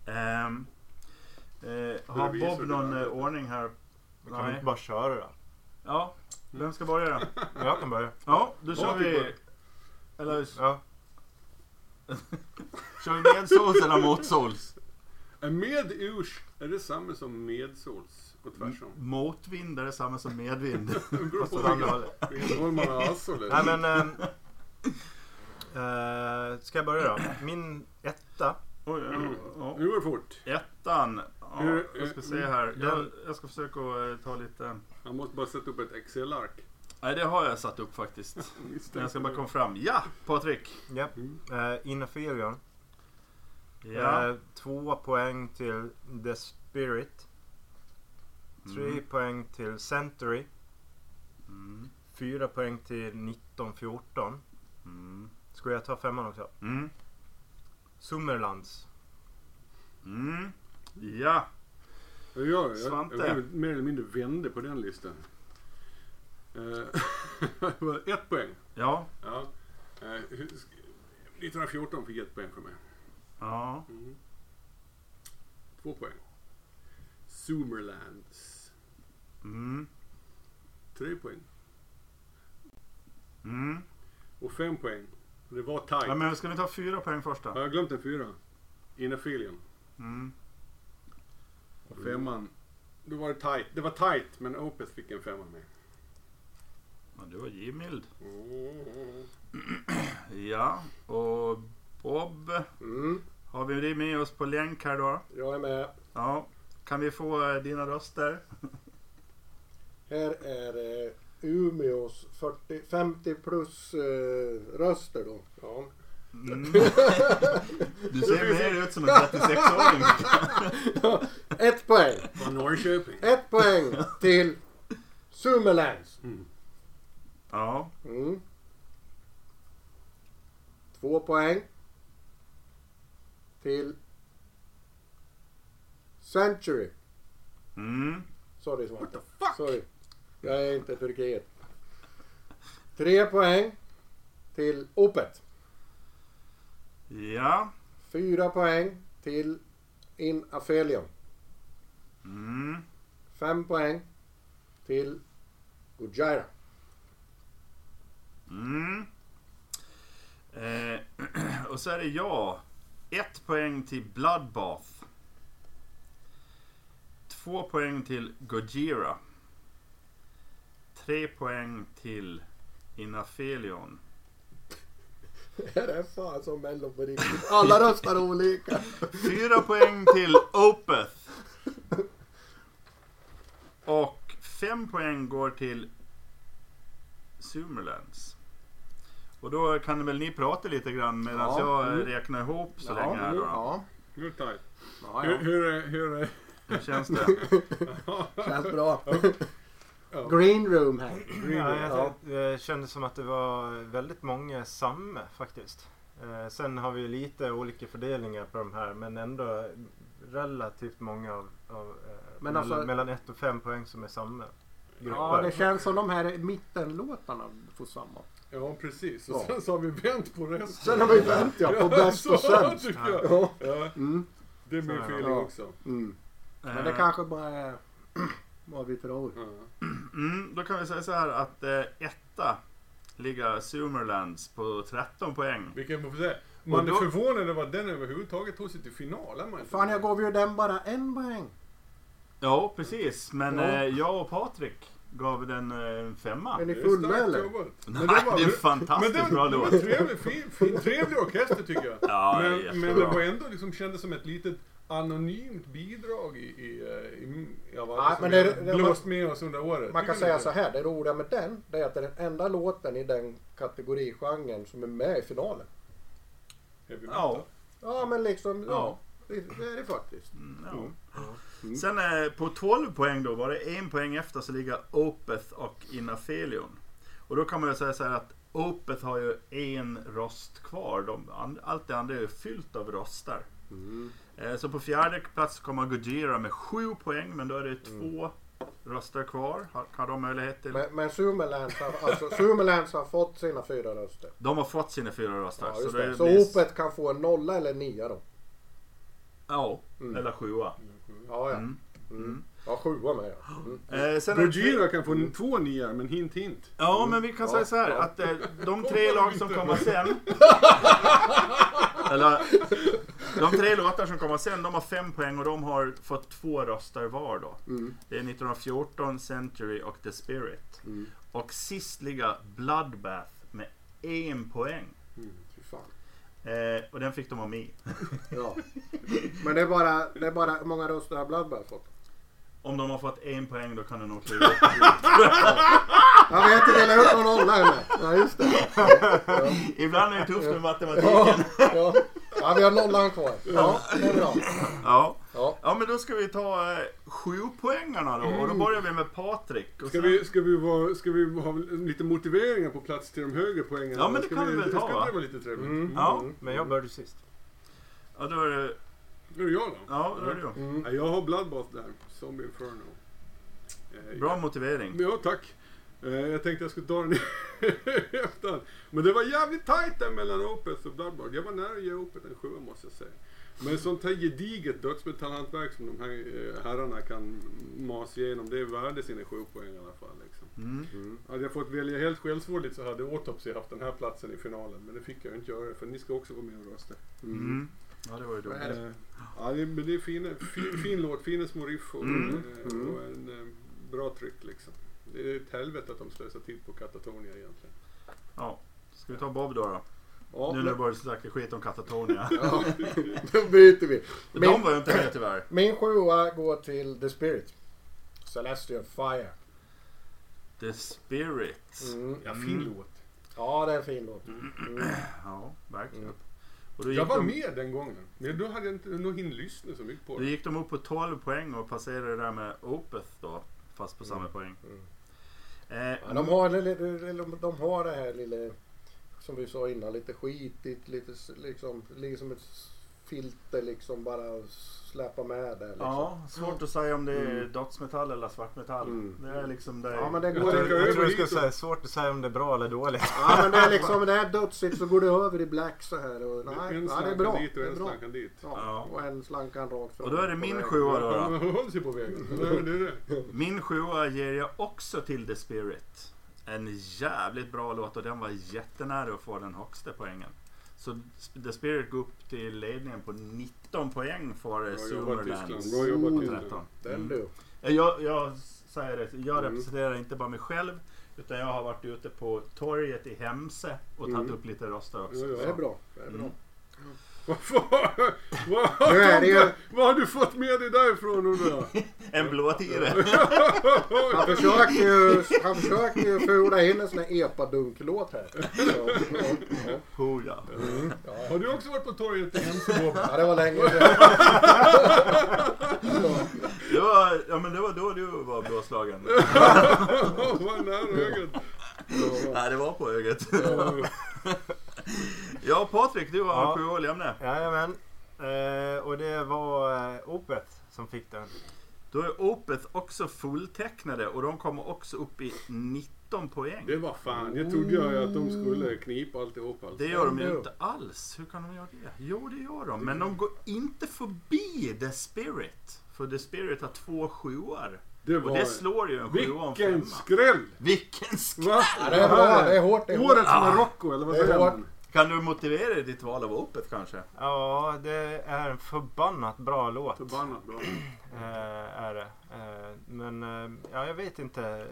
Speaker 1: Ehm, eh, har
Speaker 3: Revisor
Speaker 1: Bob någon
Speaker 3: där.
Speaker 1: eh, ordning här?
Speaker 4: Kan vi
Speaker 1: Nej.
Speaker 4: inte bara köra då?
Speaker 1: Ja, vem ska börja då?
Speaker 4: Jag kan börja.
Speaker 1: Ja, då kör
Speaker 3: Patrik
Speaker 1: vi...
Speaker 3: börjar.
Speaker 1: Eller
Speaker 4: Ja.
Speaker 1: kör vi med sols eller mot sols?
Speaker 3: Är Med urs är det samma som medsols och [LAUGHS] tvärsom.
Speaker 1: Motvind är detsamma som medvind.
Speaker 3: Det beror på
Speaker 4: Fast åt andra
Speaker 3: vilken- [LAUGHS]
Speaker 4: hållet.
Speaker 3: vilken håll man alltså, har asol i.
Speaker 4: Nej men... ehm, [LAUGHS] eh, ska jag börja då? Min etta.
Speaker 1: Oj, ja, ja.
Speaker 3: Nu går det fort.
Speaker 1: Ettan. Ja, jag ska se här. Jag, jag ska försöka att eh, ta lite...
Speaker 3: Han måste bara sätta upp ett Excel-ark.
Speaker 1: Nej, det har jag satt upp faktiskt. Men jag ska bara komma fram. Ja, Patrik!
Speaker 4: Ja.
Speaker 3: Mm.
Speaker 4: Uh, Inferior.
Speaker 1: Ja.
Speaker 4: Eh, två poäng till The Spirit. Tre
Speaker 1: Mm.
Speaker 4: poäng till Century.
Speaker 1: Mm.
Speaker 4: Fyra poäng till 1914.
Speaker 1: Mm.
Speaker 4: Ska jag ta femman också?
Speaker 1: Mm.
Speaker 4: Summerlands.
Speaker 1: Mm. Ja.
Speaker 3: Jag, jag, jag,
Speaker 1: Svante.
Speaker 3: jag blev mer eller mindre vände på den listan. Eh, Eh, [LAUGHS] ett poäng.
Speaker 1: Ja.
Speaker 3: Ja. Eh, hur sk- 1914 fick ett poäng från mig.
Speaker 1: Ja.
Speaker 3: Mm. Två poäng. Zoomerlands.
Speaker 1: Mm.
Speaker 3: Tre poäng.
Speaker 1: Mm.
Speaker 3: Och fem poäng. Det var tight.
Speaker 1: Ja, men ska vi ta fyra poäng först
Speaker 3: Har
Speaker 1: då?
Speaker 3: jag glömt en fyra? Innerfilien.
Speaker 1: Mm.
Speaker 3: Och
Speaker 2: Mm.
Speaker 3: femman. Då var det tight. Det var tight men Opeth fick en femma med.
Speaker 1: Ja, du var givmild.
Speaker 3: Mm.
Speaker 1: Ja, och Bob.
Speaker 2: Mm,
Speaker 1: Har vi dig med oss på länk här då?
Speaker 2: jag är med.
Speaker 1: Ja. Kan vi få eh, dina röster?
Speaker 2: Här är eh, Umeås 40, 50 plus eh, röster då. Ja.
Speaker 1: [LAUGHS] Mm. Du ser mer ut som en 36-åring.
Speaker 2: Ett poäng. [LAUGHS]
Speaker 3: Från Norrköping.
Speaker 2: Ett poäng till Sumerlands.
Speaker 1: [LAUGHS] Ja.
Speaker 2: Mm. Två poäng till Century.
Speaker 1: Mm.
Speaker 2: Sorry Svante. Sorry. Jag är inte Turkiet. Tre poäng till Opet.
Speaker 1: Ja.
Speaker 2: Fyra poäng till In Aphelion.
Speaker 1: Mm.
Speaker 2: Fem poäng till Gujaira.
Speaker 1: Mm. Eh, [CLEARS THROAT] och så är det jag. Ett poäng till Bloodbath. Två poäng till Gojira. Tre poäng till Inafelion.
Speaker 2: Det är fan som Mello på riktigt. Alla röstar olika.
Speaker 1: Fyra poäng till Opeth. Och fem poäng går till Sumerlands. Och då kan väl ni prata lite grann medan
Speaker 2: Ja,
Speaker 1: jag eh,
Speaker 2: mm.
Speaker 1: räknar ihop så länge här då.
Speaker 2: ja.
Speaker 3: Nu är det tight.
Speaker 2: Ja,
Speaker 3: Hur,
Speaker 2: ja.
Speaker 3: hur, är- hur, eh, är-
Speaker 1: Hur känns det?
Speaker 2: [LAUGHS] Känns bra.
Speaker 3: Ja.
Speaker 2: Green room här.
Speaker 4: Ja, jag
Speaker 2: Ja.
Speaker 4: det kändes som att det var väldigt många samme faktiskt. Eh, Sen har vi ju lite olika fördelningar på de här men ändå relativt många av, av eh,
Speaker 2: Men
Speaker 4: mell-
Speaker 2: alltså-
Speaker 4: mellan 1 och 5 poäng som är samme.
Speaker 2: Ja,
Speaker 4: grupper.
Speaker 2: det känns som de här mittenlåtarna får samma.
Speaker 3: [LAUGHS] Ja, precis. Och
Speaker 2: Ja.
Speaker 3: sen så har vi vänt på resten.
Speaker 2: Sen har vi vänt ja,
Speaker 3: [LAUGHS]
Speaker 2: på bäst
Speaker 3: så
Speaker 2: och sämst.
Speaker 3: tycker jag.
Speaker 2: Ja.
Speaker 3: Ja,
Speaker 2: Mm.
Speaker 3: det är min
Speaker 4: Så,
Speaker 3: feeling
Speaker 2: ja.
Speaker 3: också.
Speaker 2: Mm. Men det
Speaker 1: Eh,
Speaker 2: kanske bara är [CLEARS THROAT] vad vi tror.
Speaker 3: Ja.
Speaker 1: Mm, då kan vi säga så här att eh, etta ligger Sumerlands på 13 poäng.
Speaker 3: Vilken, man får säga, man
Speaker 1: då-
Speaker 3: är förvånad över att den överhuvudtaget tog sig till finalen. Man.
Speaker 2: Fan, jag gav ju den bara en poäng.
Speaker 1: Ja, precis. Men
Speaker 2: Ja.
Speaker 1: eh, jag och Patrik gav den eh, en femma.
Speaker 2: Är
Speaker 3: Det
Speaker 2: ni
Speaker 3: är
Speaker 2: fulla
Speaker 3: starkt
Speaker 2: eller?
Speaker 3: jobbat.
Speaker 1: [LAUGHS] Nej,
Speaker 3: det var-
Speaker 1: det är en
Speaker 3: Men
Speaker 1: fantastiskt
Speaker 3: det,
Speaker 1: bra
Speaker 3: det var
Speaker 1: låt.
Speaker 3: en trevlig, fin, fin, trevlig orkester tycker jag.
Speaker 1: Ja, det är
Speaker 3: men, men det
Speaker 1: jättebra.
Speaker 3: var ändå liksom kändes som ett litet anonymt bidrag i, i, eh, i ja, vad
Speaker 2: Nej,
Speaker 3: som
Speaker 2: men det-
Speaker 3: jag
Speaker 2: det-
Speaker 3: blåst med oss under året.
Speaker 2: Man kan
Speaker 3: Tycker
Speaker 2: säga
Speaker 3: ni
Speaker 2: så här, det roliga med den, det är att det är den enda låten i den kategorigenren som är med i finalen.
Speaker 3: Heavy metal.
Speaker 1: Ja.
Speaker 2: Ja, men liksom,
Speaker 1: Ja.
Speaker 2: ja. Det det är det faktiskt.
Speaker 1: Mm, ja.
Speaker 2: Mm.
Speaker 1: Sen eh, på 12 poäng då var det en poäng efter så ligger Opeth och Inafelion. Och då kan man ju säga så här att Opeth har ju en rost kvar. De, and- allt det andra är ju fyllt av rostar.
Speaker 2: Mm.
Speaker 1: Eh, Så på fjärde plats kommer Gojira med sju poäng men då är det två röster kvar. Har, har de möjlighet till?
Speaker 2: Mm. Men, men Sumerlands, har, alltså, Sumerlands har fått sina fyra röster.
Speaker 1: De har fått sina fyra röster.
Speaker 2: Ja, just
Speaker 1: så
Speaker 2: så det.
Speaker 1: det
Speaker 2: så
Speaker 1: blir-
Speaker 2: Opet kan få en nolla eller en nia då.
Speaker 1: Ja,
Speaker 2: Mm.
Speaker 1: eller sjua.
Speaker 2: Ja, ja.
Speaker 1: Mm.
Speaker 2: Mm. ja sjua med ja. Mm.
Speaker 1: Eh, sen är det tre-
Speaker 3: Gojira kan få n- två nior, men hint hint.
Speaker 1: Ja, men vi kan
Speaker 2: Ja,
Speaker 1: säga så här
Speaker 2: ja.
Speaker 1: att eh, de tre lag som kommer
Speaker 3: [LAUGHS]
Speaker 1: sen. eller, de tre låtar som kommer sen, de har fem poäng och de har fått två röster var då.
Speaker 2: Mm.
Speaker 1: Det är 1914, Century och The Spirit.
Speaker 2: Mm.
Speaker 1: Och sist ligger Bloodbath med en poäng.
Speaker 2: Fy fan.
Speaker 1: Eh, och den fick de av mig.
Speaker 2: Ja. Men det är bara, det är bara hur många röster har Bloodbath fått?
Speaker 1: Om de har fått en poäng då kan de nog
Speaker 2: [LAUGHS]
Speaker 1: kliva upp.
Speaker 2: Jag vet inte, eller hur? Någon nolla eller? Ja, just det.
Speaker 1: Ibland är det tufft med matematiken.
Speaker 2: Ja, ja. ja vi har nollan kvar. Ja, det är bra.
Speaker 1: Ja.
Speaker 2: Ja.
Speaker 1: ja, men då ska vi ta eh, sju poängarna då. Och då
Speaker 2: Mm.
Speaker 1: börjar vi med Patrik. Och
Speaker 3: Ska
Speaker 1: sen-
Speaker 3: vi, ska, vi vara, ska vi ha lite motiveringar på plats till de högre poängen?
Speaker 1: Ja, men det
Speaker 3: ska
Speaker 1: kan vi väl ta,
Speaker 3: Det
Speaker 1: va?
Speaker 3: ska väl vara lite trevligt.
Speaker 2: Mm.
Speaker 1: Ja,
Speaker 4: Men jag började sist.
Speaker 1: ja, då är det,
Speaker 3: Nu är det jag då.
Speaker 1: ja, då är det ju.
Speaker 2: Mm.
Speaker 3: Ja, Jag har Bloodbath där, Zombie Inferno. Eh,
Speaker 1: Bra motivering.
Speaker 3: Ja, tack. Eh, Jag tänkte jag skulle dra den i [LAUGHS] efterhand. Men det var jävligt tajt där mellan Opeth och Bloodborne. Jag var nära att ge Opeth en sjua måste jag säga. Men sånt här gediget dödsmetallhantverk som de här eh, herrarna kan masa igenom, det är värde sina sju poäng i alla fall. Liksom.
Speaker 1: Mm.
Speaker 3: Hade jag fått välja helt självsvårdigt så hade Autopsy haft den här platsen i finalen. Men det fick jag ju inte göra för ni ska också vara med och rösta.
Speaker 1: Mm. Ja, det var ju dumt.
Speaker 2: Vad är det?
Speaker 3: Eh, Ja, det, men det är fina, fin, fin låt, fina små riff och,
Speaker 1: Mm.
Speaker 3: eh,
Speaker 2: Mm.
Speaker 3: och en eh, bra tryck liksom. Det är ett helvete att de slösar tid på Katatonia egentligen.
Speaker 1: Ja. Ska vi ta Bob då? då?
Speaker 3: Ja,
Speaker 1: nu när du börjar snacka skit om
Speaker 2: [LAUGHS]
Speaker 1: Katatonia.
Speaker 2: Ja, då byter vi.
Speaker 1: De
Speaker 2: Min,
Speaker 1: var ju inte med tyvärr.
Speaker 2: min sjua går till The Spirit. Celestial Fire.
Speaker 1: The Spirit.
Speaker 2: Mm.
Speaker 3: ja,
Speaker 1: Mm.
Speaker 3: fin låt.
Speaker 2: Ja, det är en fin låt. Mm.
Speaker 1: Ja, verkligen.
Speaker 2: Mm.
Speaker 1: Och då gick,
Speaker 3: Jag var
Speaker 1: de,
Speaker 3: med den gången, men då hade jag inte nog hinner lyssna så mycket på
Speaker 1: då
Speaker 3: den.
Speaker 1: gick de upp på 12 poäng och passerade det där med Opeth då. Fast på
Speaker 2: Mm.
Speaker 1: samma poäng.
Speaker 2: Mm.
Speaker 1: Eh,
Speaker 2: Ja, de, har, det lite- de- de har det här lilla, som vi sa innan, lite skitigt, lite s- liksom, ligger som ett filter liksom bara släpa med där liksom.
Speaker 1: Ja, svårt att säga om det är dödsmetall eller svartmetall.
Speaker 2: Mm.
Speaker 1: Det är liksom det.
Speaker 2: Ja, men det
Speaker 3: Jag
Speaker 2: går
Speaker 4: Jag,
Speaker 3: tänker
Speaker 2: över.
Speaker 4: tror- jag tror
Speaker 3: över
Speaker 4: du skulle
Speaker 3: hit och-
Speaker 4: säga svårt att säga om det är bra eller dåligt. [LAUGHS]
Speaker 2: Ja men det är liksom, det här dödsigt så går det över i black så här och nej,
Speaker 3: en
Speaker 2: ja, det är
Speaker 3: slank
Speaker 2: bra.
Speaker 3: dit och
Speaker 2: Det är
Speaker 3: en
Speaker 2: bra.
Speaker 3: slank han dit.
Speaker 2: Ja, och en slankan rakt fram.
Speaker 1: Och då är det
Speaker 2: på
Speaker 1: min
Speaker 2: vägen.
Speaker 1: sjua då.
Speaker 3: Ja,
Speaker 1: då.
Speaker 3: men höll sig på
Speaker 2: [LAUGHS]
Speaker 3: vägen. Det är det. är det.
Speaker 1: Min sjua ger jag också till The Spirit. En jävligt bra låt och den var jättenära att få den högsta poängen. Så The Spirit går upp till ledningen på 19 poäng för
Speaker 3: Bra jobbat
Speaker 1: Summerlands.
Speaker 3: Tyskland. Bra jobbat
Speaker 1: på
Speaker 3: Tyskland.
Speaker 1: 13.
Speaker 2: Den
Speaker 1: Mm.
Speaker 2: du.
Speaker 1: Jag, jag säger det, jag
Speaker 3: Mm.
Speaker 1: representerar inte bara mig själv utan jag har varit ute på torget i Hemse och tagit
Speaker 2: Mm.
Speaker 1: upp lite röster också.
Speaker 3: Ja, ja.
Speaker 2: Det är bra. Det är bra.
Speaker 1: Mm.
Speaker 3: Vad fan- vad har
Speaker 2: Nu är
Speaker 3: de
Speaker 2: det ju-
Speaker 3: där- Vad har du fått med dig därifrån undrar jag?
Speaker 1: En blåtire! [LAUGHS]
Speaker 2: Han försökte ju, han försökte ju fula in en sån här epadunk-låt här. Så, ja, ja.
Speaker 1: Oh, ja.
Speaker 2: Mm, ja, ja.
Speaker 3: Har du också varit på torget
Speaker 2: [LAUGHS]
Speaker 3: i Hemsö?
Speaker 2: Ja, det var länge sedan. Så,
Speaker 1: Det, var, ja, men det var då du var
Speaker 3: [LAUGHS]
Speaker 1: blåslagen.
Speaker 3: Vad nära ögat.
Speaker 1: Nej, det var på ögat.
Speaker 3: Ja.
Speaker 1: [LAUGHS] Ja, Patrik, du har
Speaker 4: Ja.
Speaker 1: sju år lämna.
Speaker 4: Jajamän. Eh, och det var eh, Opeth som fick den.
Speaker 1: Då är Opeth också fulltecknade och de kommer också upp i 19 poäng.
Speaker 3: Det var fan, det trodde jag ju att de skulle knipa alltihop alltså.
Speaker 1: Det gör de ju
Speaker 2: Jo.
Speaker 1: inte alls. Hur kan de göra det? Jo, det gör de. Men de går inte förbi The Spirit. För The Spirit har två sjuor.
Speaker 3: Det
Speaker 1: Och
Speaker 3: var...
Speaker 1: det slår ju en sjua och en
Speaker 3: Vilken
Speaker 1: femma.
Speaker 3: skräll!
Speaker 1: Vilken sk...
Speaker 3: Va?
Speaker 2: Ja, det är bra. Det är hårt. Det är hårt.
Speaker 3: Årets
Speaker 1: Ah.
Speaker 3: Marocko eller vad
Speaker 2: Det är
Speaker 3: säger
Speaker 2: hårt.
Speaker 3: man?
Speaker 1: Kan du motivera ditt val av Opeth kanske?
Speaker 4: Ja, det är en förbannat bra låt.
Speaker 3: Förbannat bra.
Speaker 4: Eh, är det. Eh, men eh, ja, jag vet inte.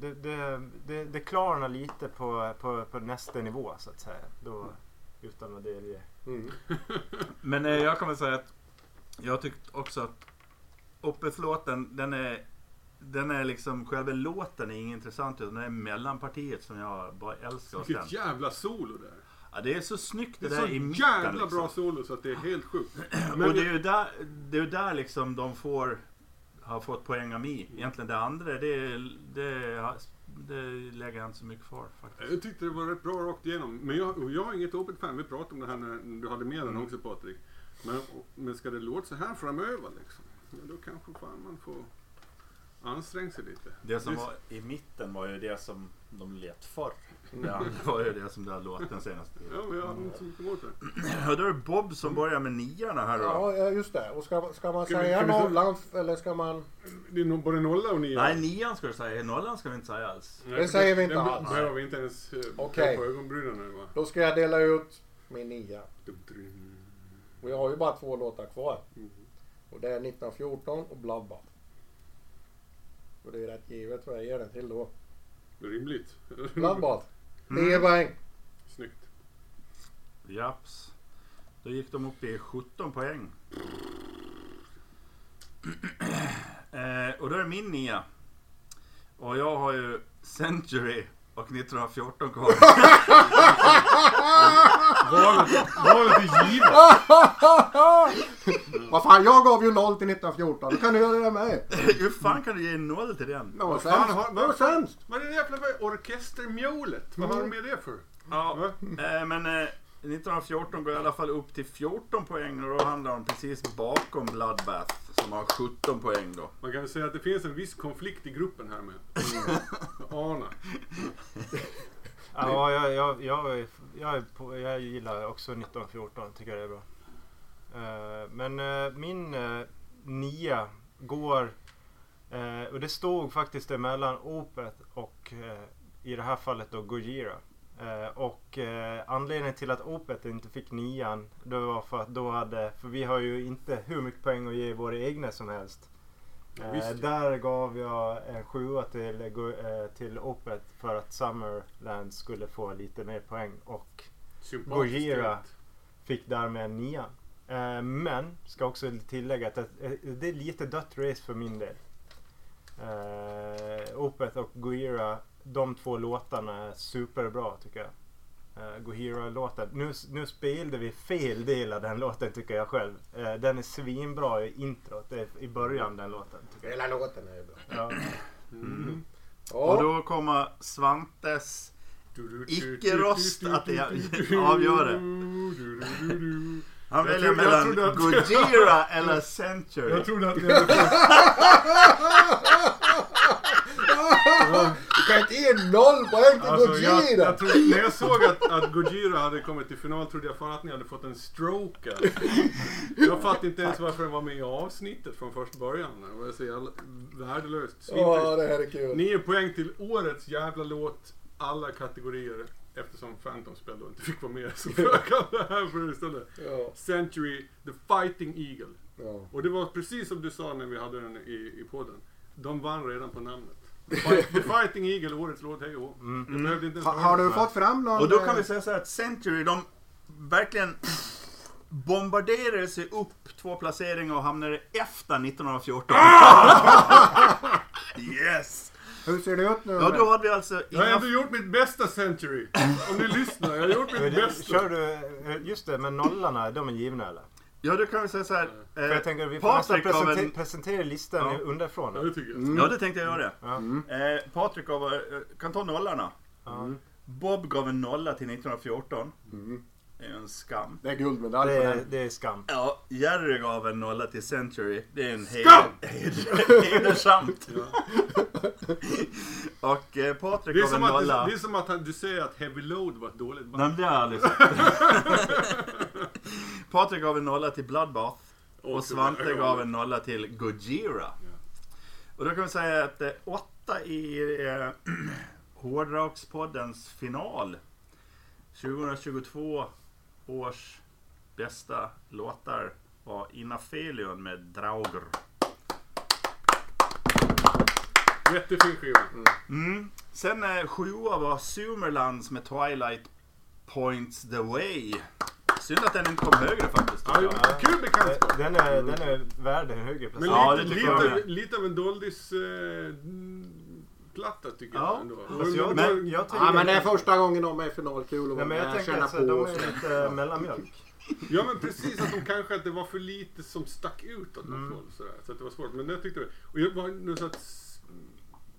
Speaker 4: Det, det, det, det klarnar lite på, på, på nästa nivå så att säga. Då, utan att delge.
Speaker 2: Mm.
Speaker 1: Men eh, jag kommer säga att jag tyckte också att Opeth-låten, den är, den är liksom, själva låten är ingen intressant utan det är mellanpartiet som jag bara älskar hos den.
Speaker 3: Vilket jävla solo där.
Speaker 1: Ja, det är så snyggt
Speaker 3: Det
Speaker 1: det,
Speaker 3: är
Speaker 1: där
Speaker 3: så
Speaker 1: i mitten.
Speaker 3: jävla
Speaker 1: liksom.
Speaker 3: bra solo så att det är
Speaker 1: [CLEARS THROAT]
Speaker 3: helt sjukt.
Speaker 1: Och det är ju där, det är ju där liksom de får, har fått poäng av mig. Egentligen det andra, det, det, det lägger jag inte så mycket för faktiskt.
Speaker 3: Jag tyckte det var rätt bra rakt igenom. Men jag, och jag är inget Opeth fan. Vi pratade om det här när du hade med den
Speaker 1: Mm.
Speaker 3: också Patrik. Men, och- men ska det låta så här framöver liksom? Ja, då kanske fan man får anstränga sig lite.
Speaker 1: Det som
Speaker 3: Visst.
Speaker 1: var i mitten var ju det som de let för. Det andra var ju det som det har låten senast.
Speaker 3: Ja, men jag hade inte så mycket emot det.
Speaker 1: [LAUGHS] Ja, då är det Bob som börjar med niorna här då.
Speaker 2: Ja, ja, just det. Och ska, ska man
Speaker 3: Ska vi-
Speaker 2: säga
Speaker 3: ska vi säga-
Speaker 2: nollan f- eller ska man...
Speaker 3: Det är nog både nolla och nia.
Speaker 1: Nej, nian ska du säga. Nollan ska vi inte säga alls.
Speaker 3: Nej,
Speaker 2: det säger vi inte
Speaker 3: den
Speaker 2: alls.
Speaker 3: behöver vi inte ens eh,
Speaker 2: Okej.
Speaker 3: på ögonbrynen va?
Speaker 2: Då ska jag dela ut min nia.
Speaker 3: Dum, dum.
Speaker 2: Och jag har ju bara två låtar kvar.
Speaker 3: Mm.
Speaker 2: Och det är 1914 och Bloodbath. Och det är rätt givet vad jag ger den till då.
Speaker 3: Rimligt.
Speaker 2: Bloodbath.
Speaker 1: Mm.
Speaker 2: 9 poäng.
Speaker 3: [LAUGHS] Snyggt.
Speaker 1: Japs. Då gick de upp i 17 poäng. [CLEARS THROAT] eh, och då är det min nia. Och jag har ju Century och 1914 kvar. [LAUGHS]
Speaker 3: Valet är givet.
Speaker 2: [LAUGHS] Vad fan, jag gav ju 0 till 1914. Då kan du göra det med.
Speaker 1: Hur fan kan du ge noll till den?
Speaker 2: Det var
Speaker 3: fan
Speaker 2: sämst.
Speaker 3: har-
Speaker 2: Det var sämst.
Speaker 3: Vad är det jävla för orkestermjolet? Vad har de med det för?
Speaker 1: Ja, eh, men eh, 1914 går i alla fall upp till 14 poäng och då handlar de precis bakom Bloodbath som som har 17 poäng då.
Speaker 3: Man kan väl säga att det finns en viss konflikt i gruppen här med. Jag Anar.
Speaker 4: Ja, jag, jag, jag, är- jag, är på, jag gillar också 1914, tycker det är bra. Eh, Men eh, min eh, nia går, eh, och det stod faktiskt emellan Opeth och eh, i det här fallet då Gojira. Eh, Och eh, anledningen till att Opeth inte fick nian, det var för att då hade, för vi har ju inte hur mycket poäng att ge våra egna som helst.
Speaker 3: Ja,
Speaker 4: Eh,
Speaker 3: visst.
Speaker 4: där gav jag en sjua till, eh, till Opet för att Summerland skulle få lite mer poäng och
Speaker 3: Sympatiskt.
Speaker 4: Gojira. fick därmed en nia. Eh, men ska också tillägga att eh, det är lite dött race för min del. Eh, Opeth och Gojira, de två låtarna är superbra tycker jag. Eh, Gojira-låten. Nu, nu spelade vi fel del av den låten tycker jag själv. Eh, den är svinbra i introt, det är i början den låten. Tycker
Speaker 2: Hela låten är ju bra.
Speaker 4: jag. Ja.
Speaker 3: Mm.
Speaker 1: Och
Speaker 2: Ja,
Speaker 1: då kommer Svantes
Speaker 3: Du, du, du,
Speaker 1: Icke
Speaker 3: du,
Speaker 1: rost
Speaker 3: du, du,
Speaker 1: att det
Speaker 3: du, du, du,
Speaker 1: avgör det.
Speaker 3: du, du, du, du.
Speaker 1: Han
Speaker 3: Jag
Speaker 1: väljer
Speaker 3: trodde- jag
Speaker 1: mellan
Speaker 3: trodde att-
Speaker 1: Gojira eller Century.
Speaker 3: Jag trodde att ni hade
Speaker 2: du kan inte ge noll poäng till
Speaker 3: Alltså, jag,
Speaker 2: Gojira!
Speaker 3: jag trodde, när jag såg att, att Gojira hade kommit till final trodde jag fan att ni hade fått en stroke. Alltså. Jag fattade inte ens varför den var med i avsnittet från första början. Det var så jävla värdelöst.
Speaker 2: Ja,
Speaker 3: Svintrist.
Speaker 2: det här är kul.
Speaker 3: Nio poäng till årets jävla låt, alla kategorier. Eftersom Phantom Spell då inte fick vara med
Speaker 2: [LAUGHS]
Speaker 3: så får jag kalla det här för det istället.
Speaker 2: Ja,
Speaker 3: Century, The Fighting Eagle.
Speaker 2: ja.
Speaker 3: Och det var precis som du sa när vi hade den i, i podden. De vann redan på namnet.
Speaker 1: [LAUGHS]
Speaker 3: Fight- The Fighting Eagle, årets låt, hej och hå. Jag behövde inte ens
Speaker 2: Ha, har du fått fram någon?
Speaker 1: Och då kan vi säga så här att Century, de verkligen bombarderade sig upp två placeringar och hamnade efter 1914. [LAUGHS] yes!
Speaker 2: Hur ser det ut nu?
Speaker 1: Ja, då hade vi alltså
Speaker 3: Jag har
Speaker 1: inga...
Speaker 3: ändå gjort mitt bästa Century. Om ni lyssnar, jag har
Speaker 1: [LAUGHS]
Speaker 3: gjort
Speaker 4: Men
Speaker 3: mitt
Speaker 4: det-
Speaker 3: bästa.
Speaker 4: Kör du, eh, just det, men nollarna, de är givna eller?
Speaker 1: Ja, då kan vi säga så här.
Speaker 4: För
Speaker 1: Eh,
Speaker 4: jag tänker vi får nästan
Speaker 1: Patrik av
Speaker 4: presentera,
Speaker 1: en...
Speaker 4: presentera listan
Speaker 1: Ja.
Speaker 4: underifrån.
Speaker 3: Ja, det tycker jag.
Speaker 1: Ja, det tänkte jag göra.
Speaker 4: Ja.
Speaker 1: Eh, Patrik gav, eh, kan ta nollarna.
Speaker 4: Ja.
Speaker 1: Bob gav en nolla till 1914. Det är ju en skam.
Speaker 2: Det är guldmedalj
Speaker 4: Det,
Speaker 2: på
Speaker 4: är,
Speaker 2: den.
Speaker 4: det är skam.
Speaker 1: Ja, Jerry gav en nolla till Century. Det är en
Speaker 3: Skam!
Speaker 1: heder- [LAUGHS] heder- hedersamt.
Speaker 3: Ja.
Speaker 1: [LAUGHS] Och eh, Patrik
Speaker 3: Det
Speaker 1: gav
Speaker 3: är
Speaker 1: en
Speaker 3: som att,
Speaker 1: nolla.
Speaker 3: det är som att han, du säger att Heavy Load var ett dåligt band.
Speaker 1: Nej, det har jag aldrig sagt. [LAUGHS] Patrik gav en nolla till Bloodbath och Svante gav en nolla till Gojira. Och då kan vi säga att eh, åtta i eh, [CLEARS THROAT] Hårdrockspoddens final 2022 års bästa låtar var Inafelion med Draugr.
Speaker 3: Jättefin skiva.
Speaker 1: Mm. Sen eh, sjua var Sumerlands med Twilight Points the Way. Synd att den inte kom högre faktiskt.
Speaker 3: Ja, jo, kul bekantskap.
Speaker 4: Eh, Den är, den är värd en högre
Speaker 3: Men
Speaker 4: present.
Speaker 1: Ja,
Speaker 3: lite,
Speaker 1: det tycker jag
Speaker 3: lite,
Speaker 1: med.
Speaker 3: lite av en doldis eh, platta tycker
Speaker 1: Ja.
Speaker 3: jag ändå.
Speaker 4: Fast jag,
Speaker 1: Men-
Speaker 4: jag tycker,
Speaker 2: Ja, men det är första gången de är i final. Kul att
Speaker 4: Nej,
Speaker 2: vara
Speaker 4: men jag
Speaker 2: med och
Speaker 4: tänker
Speaker 2: Eh, känna
Speaker 4: alltså,
Speaker 2: på.
Speaker 4: de
Speaker 2: och
Speaker 4: är
Speaker 2: så.
Speaker 4: lite mellanmjölk.
Speaker 3: Ja men precis att de kanske att det var för lite som stack ut åt något
Speaker 2: Mm.
Speaker 3: håll sådär. Så att det var svårt. Men jag tyckte Och jag var nu så att s-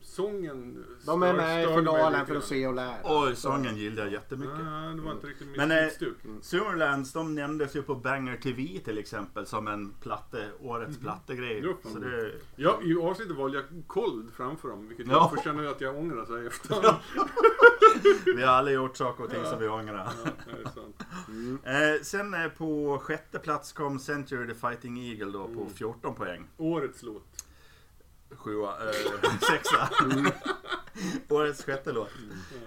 Speaker 3: sången...
Speaker 2: De är med i
Speaker 3: störde mig lite
Speaker 2: finalen för att
Speaker 3: grann.
Speaker 2: se och lära.
Speaker 1: Oj, sången gillade jag jättemycket.
Speaker 3: Nej, det var inte riktigt Ah, mitt
Speaker 1: Men, eh,
Speaker 3: mitt stuk.
Speaker 1: Summerlands, de nämndes ju på Banger TV till exempel som en platte, årets plattegrej.
Speaker 3: Jo, fan.
Speaker 1: Så det,
Speaker 3: Ja, I avsnittet valde jag kold framför dem, vilket
Speaker 1: Ja.
Speaker 3: jag får känna att jag
Speaker 2: [LAUGHS]
Speaker 3: ångrar sig efter. Ja.
Speaker 1: vi har aldrig gjort saker och ting som vi ångrar.
Speaker 3: det är sant.
Speaker 1: Eh, sen eh, på sjätte plats kom Century the Fighting Eagle då på 14 poäng.
Speaker 3: Årets låt.
Speaker 1: Sjua, eh, [LAUGHS] sexa. Årets sjätte låt.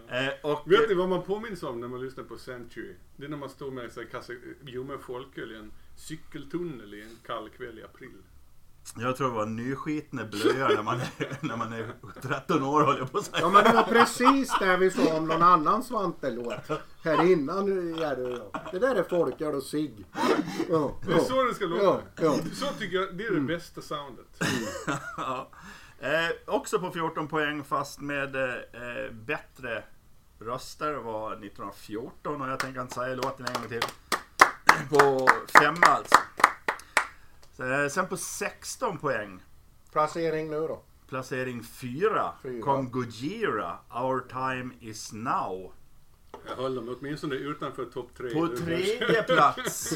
Speaker 1: Eh, och,
Speaker 3: Vet ni vad man påminns om när man lyssnar på Century? Det är när man står med sig kasse ljummen folköl i en cykeltunnel i en kall kväll i april.
Speaker 1: Jag tror det var nyskitna blöjor när man, är- när man är 13 år håller jag på att säga.
Speaker 2: Ja, men det var precis det vi sa om någon annan Svante-låt. Här innan Jerry och jag. Det där är folköl och cigg. Ja,
Speaker 3: Det är så det ska
Speaker 2: ja,
Speaker 3: låta.
Speaker 2: ja.
Speaker 3: Så tycker jag, det är det bästa soundet.
Speaker 1: [LAUGHS] Ja. Eh, också på 14 poäng fast med eh, eh, bättre röster var 1914 och jag tänker inte säga låten en gång till. [CLEARS THROAT] På femma alltså. Så, eh, Sen på 16 poäng,
Speaker 2: Placering nu då.
Speaker 1: placering 4,
Speaker 2: Fyra.
Speaker 1: kom Gojira, Our Time Is Now.
Speaker 2: [LAUGHS]
Speaker 3: Jag höll dem åtminstone utanför topp tre.
Speaker 1: På tredje plats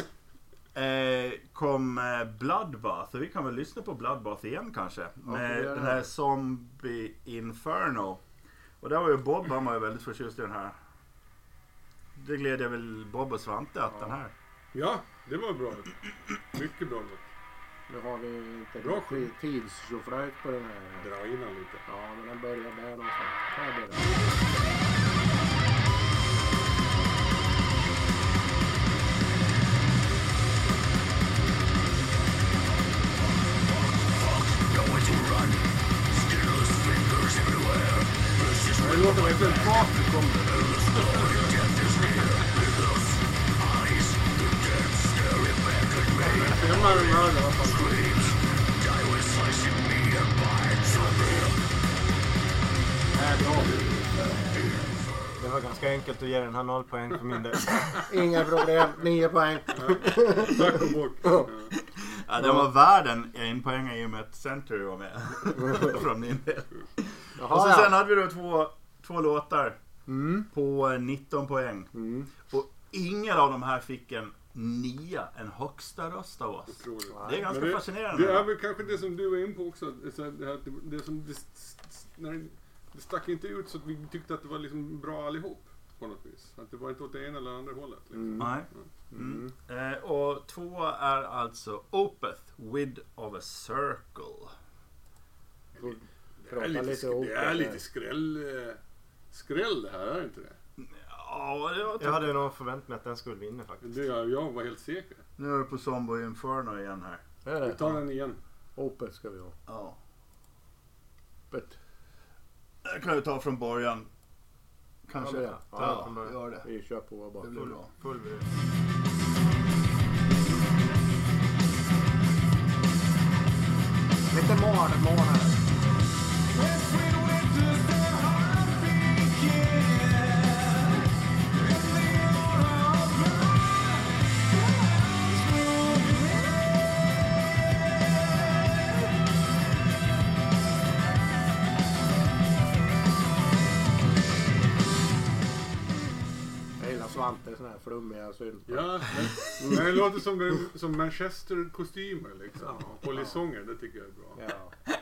Speaker 1: eh, kom eh, Bloodbath. Så vi kan väl lyssna på Bloodbath igen kanske. Med
Speaker 2: vi gör det.
Speaker 1: den här Zombie Inferno. Och där var ju Bob, han var ju väldigt förtjust i den här. Det gläder väl Bob och Svante att
Speaker 3: Ja.
Speaker 1: den här.
Speaker 3: Ja, det var bra. Mycket bra låt.
Speaker 2: Nu har vi inte
Speaker 3: Bra
Speaker 2: tid- tidstjoflöjt på den här.
Speaker 3: Dra in den lite.
Speaker 2: Ja, men den börjar där någonstans. Här börjar den.
Speaker 3: Det låter verkligen bakom. Femman den här i alla fall.
Speaker 2: Här bra.
Speaker 4: Det var ganska enkelt att ge den här noll poäng för min del.
Speaker 2: Inga problem. Nio poäng.
Speaker 3: Tack och bock. Ja.
Speaker 1: Ja, den var värd en, en poäng i och med att Century var med. [LAUGHS] Från min del. Och
Speaker 2: Jaha,
Speaker 1: så sen
Speaker 2: ja.
Speaker 1: hade vi då två, två låtar
Speaker 2: Mm.
Speaker 1: på eh, 19 poäng.
Speaker 2: Mm.
Speaker 1: Och ingen av de här fick en nia, en högsta röst av oss.
Speaker 3: Otroligt.
Speaker 1: Det är ganska
Speaker 3: Men
Speaker 1: fascinerande.
Speaker 3: Det är väl kanske det som du var inne på också. att- så att Det, här- det, som, det, s- s- när det, det stack inte ut så att vi tyckte att det var liksom bra allihop. På något vis. Att det var inte åt det ena eller andra hållet. Liksom.
Speaker 1: Nej. Mm. Eh, och två är alltså Opeth, Wid of a Circle.
Speaker 3: Det är lite,
Speaker 2: lite
Speaker 3: sk- det är
Speaker 2: Opeth
Speaker 3: lite
Speaker 2: där.
Speaker 3: skräll, eh, skräll det här, är det inte det?
Speaker 1: Ja, det var
Speaker 4: Jag hade nog förväntat mig att den skulle vinna faktiskt.
Speaker 3: det jag, jag var helt säker.
Speaker 1: Nu är vi på Zombo Inferno igen här.
Speaker 2: Här är
Speaker 3: Vi tar
Speaker 2: det.
Speaker 3: den igen.
Speaker 2: Opet ska vi ha.
Speaker 1: Ja.
Speaker 2: Opet.
Speaker 1: Det kan vi ta från början. Kanske.
Speaker 2: Ja, det.
Speaker 1: Ja,
Speaker 4: från början.
Speaker 1: gör det.
Speaker 2: Vi kör på bara.
Speaker 1: Det blir bra.
Speaker 4: Full brus.
Speaker 2: Lite mal, mal här. Jag gillar Svante såna här flummiga syntar.
Speaker 3: [LAUGHS] Ja, men, men det låter som, som Manchester-kostymer liksom. Och polisonger, det tycker jag är bra.
Speaker 2: Ja.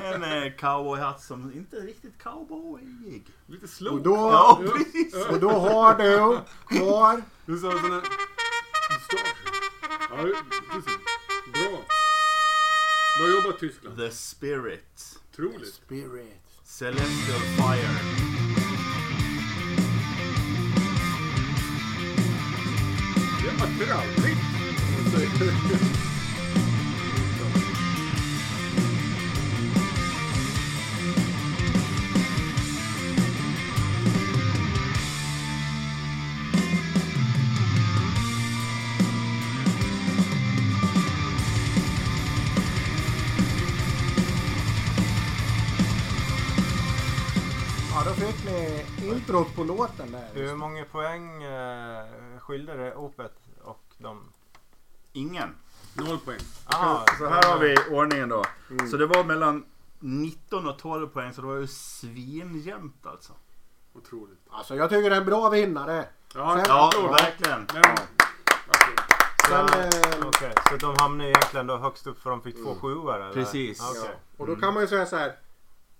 Speaker 1: En eh, cowboyhatt som inte är riktigt cowboyig.
Speaker 3: Lite
Speaker 2: Och
Speaker 3: slow.
Speaker 1: [LAUGHS]
Speaker 2: då,
Speaker 1: Ja, precis.
Speaker 2: och då har du kvar...
Speaker 3: Du sa sån här... Mustasch. Ja, precis. Bra. Bra jobbat Tyskland.
Speaker 1: The Spirit.
Speaker 3: Otroligt.
Speaker 2: Spirit.
Speaker 1: Celestial Fire.
Speaker 3: Det var tralligt.
Speaker 2: Ja, då fick ni introt på låten där.
Speaker 4: Hur många poäng eh, skilde det Opet och de?
Speaker 1: Ingen.
Speaker 3: Noll poäng.
Speaker 4: Aha,
Speaker 1: Så här har vi ordningen då. Så det var mellan 19 och 12 poäng så det var ju svinjämnt alltså.
Speaker 3: Otroligt.
Speaker 2: Alltså jag tycker det är en bra vinnare.
Speaker 3: Ja,
Speaker 1: Ja,
Speaker 3: jag förstår.
Speaker 1: verkligen.
Speaker 3: Men, Varsågod.
Speaker 2: Sen, eh,
Speaker 4: Okej, så de hamnade egentligen då högst upp för de fick två
Speaker 2: Mm.
Speaker 4: sjuor eller?
Speaker 1: Precis.
Speaker 4: Okej.
Speaker 2: ja. Och då kan man ju säga så här.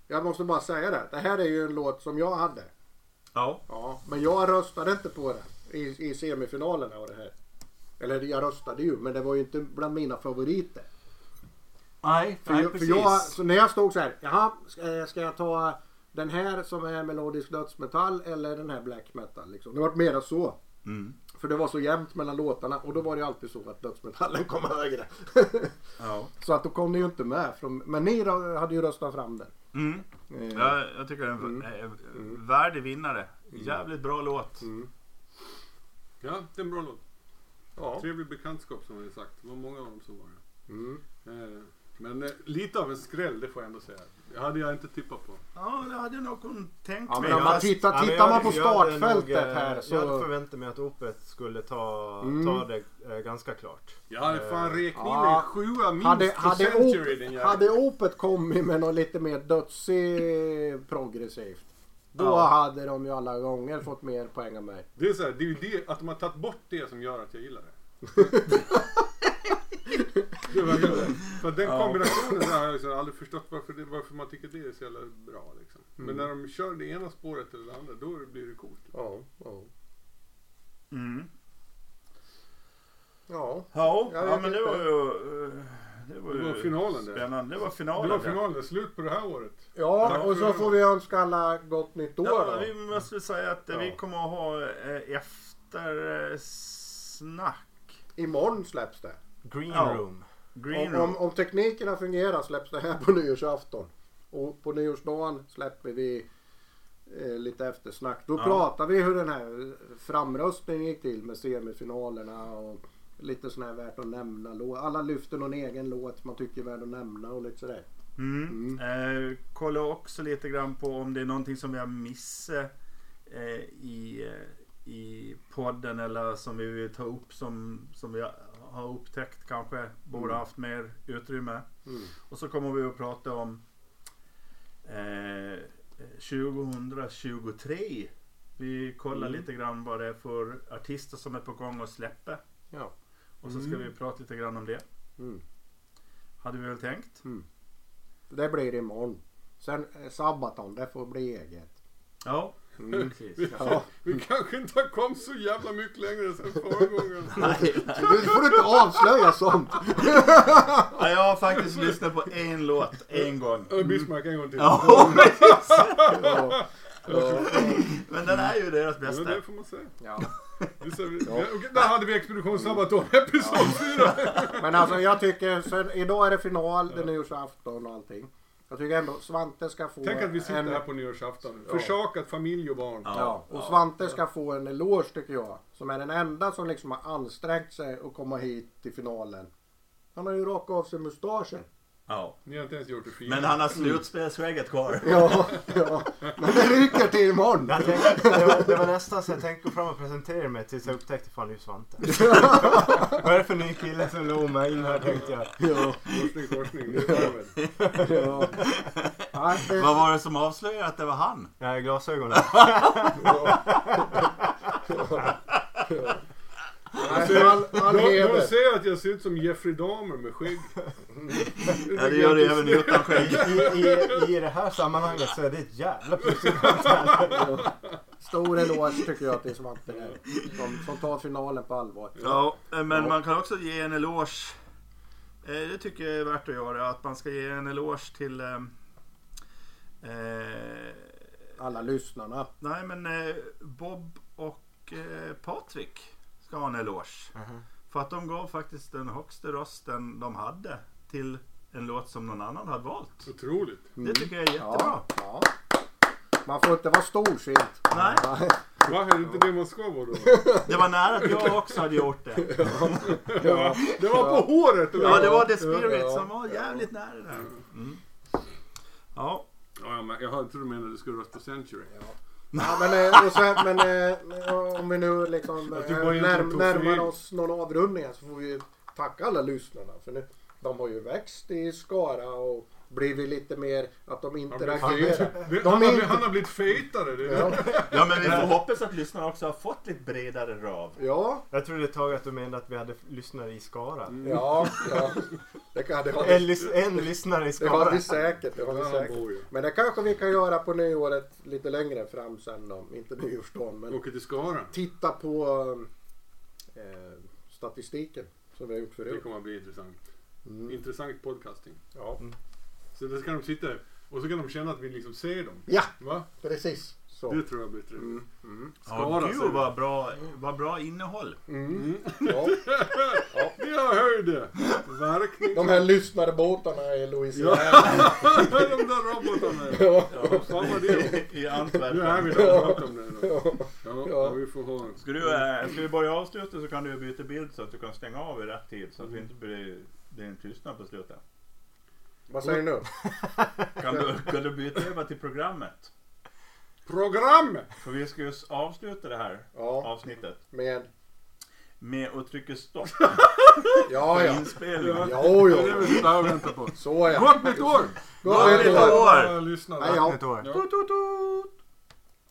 Speaker 2: Jag måste bara säga det. Det här är ju en låt som jag hade.
Speaker 1: Ja.
Speaker 2: Ja, men jag röstade inte på den i, i semifinalen av det här. Eller jag röstade ju, men det var ju inte bland mina favoriter.
Speaker 1: Nej,
Speaker 2: För,
Speaker 1: nej
Speaker 2: jag, för
Speaker 1: precis.
Speaker 2: jag, så när jag stod så här, jaha, ska, jag- ska jag ta den här som är melodisk dödsmetall eller den här black metal? Liksom. Det var mera så.
Speaker 1: Mm.
Speaker 2: För det var så jämnt mellan låtarna och då var det ju alltid så att dödsmetallen kom [LAUGHS] högre.
Speaker 1: Ja.
Speaker 2: så att då kom det ju inte med. Från, men ni rö- hade ju röstat fram den.
Speaker 1: Mm.
Speaker 2: Eh,
Speaker 1: Jag, jag tycker det är en eh, värdig vinnare. Jävligt bra låt.
Speaker 3: Ja, det är en bra låt.
Speaker 2: ja.
Speaker 3: Trevlig bekantskap som vi sagt. Det var många av dem som var det.
Speaker 2: Mm.
Speaker 3: Eh, Men eh, lite av en skräll, det får jag ändå säga. Det hade jag inte tippat på.
Speaker 1: Ja, det hade jag nog kunnat tänkt
Speaker 2: Ja, men
Speaker 1: mig.
Speaker 2: om man
Speaker 1: Jag-
Speaker 2: tittar,
Speaker 4: Ja, men
Speaker 2: tittar
Speaker 4: jag-
Speaker 2: man på
Speaker 4: jag hade
Speaker 2: startfältet
Speaker 4: nog, eh,
Speaker 2: här så... Mm.
Speaker 4: Jag hade förväntat mig att Opet skulle ta, ta det eh, ganska klart.
Speaker 3: Jag hade fan räknat in
Speaker 2: Eh, Ja.
Speaker 3: en sjua minst
Speaker 2: Hade,
Speaker 3: på
Speaker 2: hade,
Speaker 3: Century den
Speaker 2: Op,
Speaker 3: jäveln.
Speaker 2: hade Opet kommit med något lite mer dödsig progressivt. Då
Speaker 4: Ja.
Speaker 2: hade de ju alla gånger fått mer poäng av mig.
Speaker 3: Det är så här, det är ju det, att de har tagit bort det som gör att jag gillar det. Det var ju- För den
Speaker 1: Ja.
Speaker 3: kombinationen där har jag liksom aldrig förstått varför, det, varför man tycker det är så jävla bra. Liksom. Men när de kör det ena spåret eller det andra då blir det coolt.
Speaker 2: Ja, ja.
Speaker 1: Mm.
Speaker 2: Ja,
Speaker 1: Ja,
Speaker 2: Jag
Speaker 1: ja
Speaker 2: vet
Speaker 1: men det
Speaker 2: inte.
Speaker 1: var ju... eh, Det var,
Speaker 3: Det var
Speaker 1: ju
Speaker 3: finalen där.
Speaker 1: Spännande. Det var
Speaker 3: Det
Speaker 1: finalen.
Speaker 3: var
Speaker 1: där.
Speaker 3: finalen, slut på det här året.
Speaker 2: ja
Speaker 3: Tack
Speaker 2: och
Speaker 3: för
Speaker 2: så
Speaker 3: det.
Speaker 2: får vi önska alla gott nytt år
Speaker 1: Ja,
Speaker 2: då.
Speaker 1: vi måste säga att eh,
Speaker 2: Ja.
Speaker 1: vi kommer att ha eh, eftersnack.
Speaker 2: Imorgon släpps det.
Speaker 4: Green
Speaker 1: Ja.
Speaker 4: Room.
Speaker 1: Green
Speaker 2: Om,
Speaker 1: Room.
Speaker 2: om, om teknikerna fungerar släpps det här på nyårsafton. Och på nyårsdagen släpper vi eh, lite eftersnack. Då
Speaker 1: Ja.
Speaker 2: pratar vi hur den här framröstningen gick till med semifinalerna och lite sån här värt att nämna låt. Alla lyfter någon egen låt man tycker är värd att nämna och lite sådär.
Speaker 1: Mm. Eh, kolla också lite grann på om det är någonting som vi har missat eh, i, eh, i podden eller som vi vill ta upp som, som vi har upptäckt kanske borde haft mer utrymme.
Speaker 2: Mm.
Speaker 1: Och så kommer vi att prata om eh, 2023. Vi kollar
Speaker 2: Mm.
Speaker 1: lite grann vad det är för artister som är på gång att släppa.
Speaker 2: Ja.
Speaker 1: Och så ska
Speaker 3: Mm.
Speaker 1: vi prata lite grann om det.
Speaker 2: Mm.
Speaker 1: Hade vi väl tänkt.
Speaker 2: Det blir imorgon. Sen eh, Sabaton, det får bli eget.
Speaker 1: Ja,
Speaker 2: Mm.
Speaker 1: precis.
Speaker 2: Ja.
Speaker 3: [LAUGHS] Vi kanske inte har kommit så jävla mycket längre sen förra gången.
Speaker 2: Nu får du inte avslöja sånt.
Speaker 1: Ja, jag har faktiskt lyssnat på en låt en gång.
Speaker 3: Ö, Bismarck en gång till.
Speaker 1: Ja,
Speaker 2: Ja. [LAUGHS] Ja.
Speaker 1: men den är ju deras
Speaker 3: Ja, men
Speaker 1: bästa.
Speaker 3: det får man säga.
Speaker 2: Ja.
Speaker 3: Det ser vi. Ja. okej, där hade vi Expedition Sabaton, episod 4.
Speaker 2: Men alltså jag tycker, sen, idag är det final, det är nyårsafton och allting. Jag tycker ändå Svante ska få
Speaker 3: Tänk att vi sitter
Speaker 2: en...
Speaker 3: här på nyårsafton. Försakat familj och barn.
Speaker 2: Ja, och Svante ska få en eloge tycker jag. Som är den enda som liksom har ansträngt sig att komma hit till finalen. Han har ju rakat av sig mustaschen.
Speaker 1: Ja.
Speaker 3: Ni har inte ens gjort det fint.
Speaker 1: Men han har slutspelsskägget kvar.
Speaker 2: Ja, ja. Men det ryker till imorgon.
Speaker 4: Jag tänkte, det, var, det var nästan så jag tänkte gå fram och presentera mig tills jag upptäckte fan det är ju
Speaker 2: [LAUGHS]
Speaker 4: Svante. Vad är det för ny kille som log mig in här tänkte jag.
Speaker 2: Ja,
Speaker 3: Korsning, korsning.
Speaker 2: [LAUGHS]
Speaker 3: Det är arven.
Speaker 2: ja. Ja, det-
Speaker 1: Vad var det som avslöjade att det var han?
Speaker 4: Jag har glasögonen.
Speaker 2: Nej, all, all
Speaker 3: De, de
Speaker 2: heder.
Speaker 3: säger att jag ser ut som Jeffrey Dahmer
Speaker 2: [LAUGHS]
Speaker 3: med skägg.
Speaker 1: Ja, det gör det även utan skägg.
Speaker 4: I, i, I det här sammanhanget så är det ett jävla plus.
Speaker 2: Stor eloge tycker jag till Svante där. Som, som tar finalen på allvar.
Speaker 1: Ja, men man kan också ge en eloge. Eh, Det tycker jag är värt att göra. Att man ska ge en eloge till... ehm, Eh,
Speaker 2: Alla lyssnarna.
Speaker 1: nej, men eh, Bob och eh, Patrik ska ha en eloge. För att de gav faktiskt den högsta rösten de hade till en låt som någon annan hade valt.
Speaker 3: Otroligt.
Speaker 2: Mm.
Speaker 1: Det tycker jag är jättebra.
Speaker 2: Ja. Man får inte vara storsint.
Speaker 1: Nej,
Speaker 3: [LAUGHS] Va, är det inte det man ska
Speaker 2: [LAUGHS]
Speaker 3: vara då?
Speaker 1: det var nära att jag också hade gjort det.
Speaker 2: Ja.
Speaker 3: Det var på håret! Eller?
Speaker 1: Ja, det var The Spirit
Speaker 2: Ja.
Speaker 1: som var jävligt nära där. Mm. Ja,
Speaker 3: Ja, men jag trodde du menade att du skulle rösta på Century.
Speaker 2: Ja, men, eh, och sen, men eh, om vi nu liksom
Speaker 3: Att du
Speaker 2: eh,
Speaker 3: bara inte
Speaker 2: närm-
Speaker 3: tog
Speaker 2: närmar
Speaker 3: fel.
Speaker 2: oss någon avrundning här så får vi ju tacka alla lyssnarna. För nu, de har ju växt i Skara och blivit lite mer att de interagerar.
Speaker 3: Det,
Speaker 2: De
Speaker 3: han,
Speaker 2: är
Speaker 3: har,
Speaker 2: inte-
Speaker 3: han har blivit fejtare. Det, är det.
Speaker 2: Ja,
Speaker 1: Ja men vi får hoppas att lyssnarna också har fått lite bredare röv.
Speaker 2: ja,
Speaker 4: Jag trodde ett tag att du menade att vi hade lyssnare i Skara.
Speaker 2: Mm. ja. ja. Det, kan, det, har
Speaker 4: En,
Speaker 2: vi,
Speaker 4: lys, en lyssnare i
Speaker 2: det har
Speaker 4: Skara.
Speaker 2: vi säkert. Det har vi
Speaker 3: Ja, han bor ju.
Speaker 2: säkert. Men det kanske vi kan göra på nyåret lite längre fram sen om, inte nyårsdagen. Men
Speaker 3: Åker till Skara.
Speaker 2: titta på eh, statistiken som vi har gjort
Speaker 3: Det
Speaker 2: förut.
Speaker 3: kommer att bli intressant.
Speaker 2: Mm.
Speaker 3: Intressant podcasting.
Speaker 2: Ja.
Speaker 3: Så där ska de sitta och så kan de känna att vi liksom ser dem.
Speaker 2: ja,
Speaker 3: Va?
Speaker 2: precis så.
Speaker 3: Det tror jag blir trevligt.
Speaker 2: Mm.
Speaker 3: [LAUGHS]
Speaker 1: Ja,
Speaker 3: Skara, säger
Speaker 1: gud
Speaker 3: du.
Speaker 1: vad bra, vad bra innehåll.
Speaker 2: Ja.
Speaker 3: Vi har höjde! Verkning.
Speaker 2: De här lyssnarbåtarna i Louisiana.
Speaker 3: Ja. [LAUGHS] de där robotarna.
Speaker 2: [LAUGHS] Ja.
Speaker 3: Ja, fan vad det
Speaker 1: [LAUGHS]
Speaker 3: var.
Speaker 1: I
Speaker 3: Nu är vi
Speaker 1: Antwerpen.
Speaker 3: där och pratar om det då. Ja, ja, vi får ha en.
Speaker 1: Ska, du,
Speaker 2: Mm.
Speaker 1: eh, ska vi börja avsluta så kan du byta bild så att du kan stänga av i rätt tid så
Speaker 2: Mm.
Speaker 1: att vi inte blir, det är en tystnad på slutet.
Speaker 2: Vad säger du?
Speaker 1: Kan
Speaker 2: [LAUGHS]
Speaker 1: du, kan du byta över till programmet?
Speaker 3: Program!
Speaker 1: För vi ska ju s- avsluta det här
Speaker 2: Ja,
Speaker 1: avsnittet
Speaker 2: med...
Speaker 1: med att trycka stopp
Speaker 2: Ja,
Speaker 1: på
Speaker 2: ja.
Speaker 1: inspelningen.
Speaker 2: Jo,
Speaker 3: Det är
Speaker 2: jo.
Speaker 3: väl det jag väntar på.
Speaker 2: Så ja.
Speaker 3: Gott nytt år!
Speaker 2: Gott nytt år!
Speaker 1: år!
Speaker 3: Lyssna.
Speaker 2: Nej, ja.
Speaker 4: Ett år.
Speaker 3: Ja.
Speaker 1: Tut, tut, tut.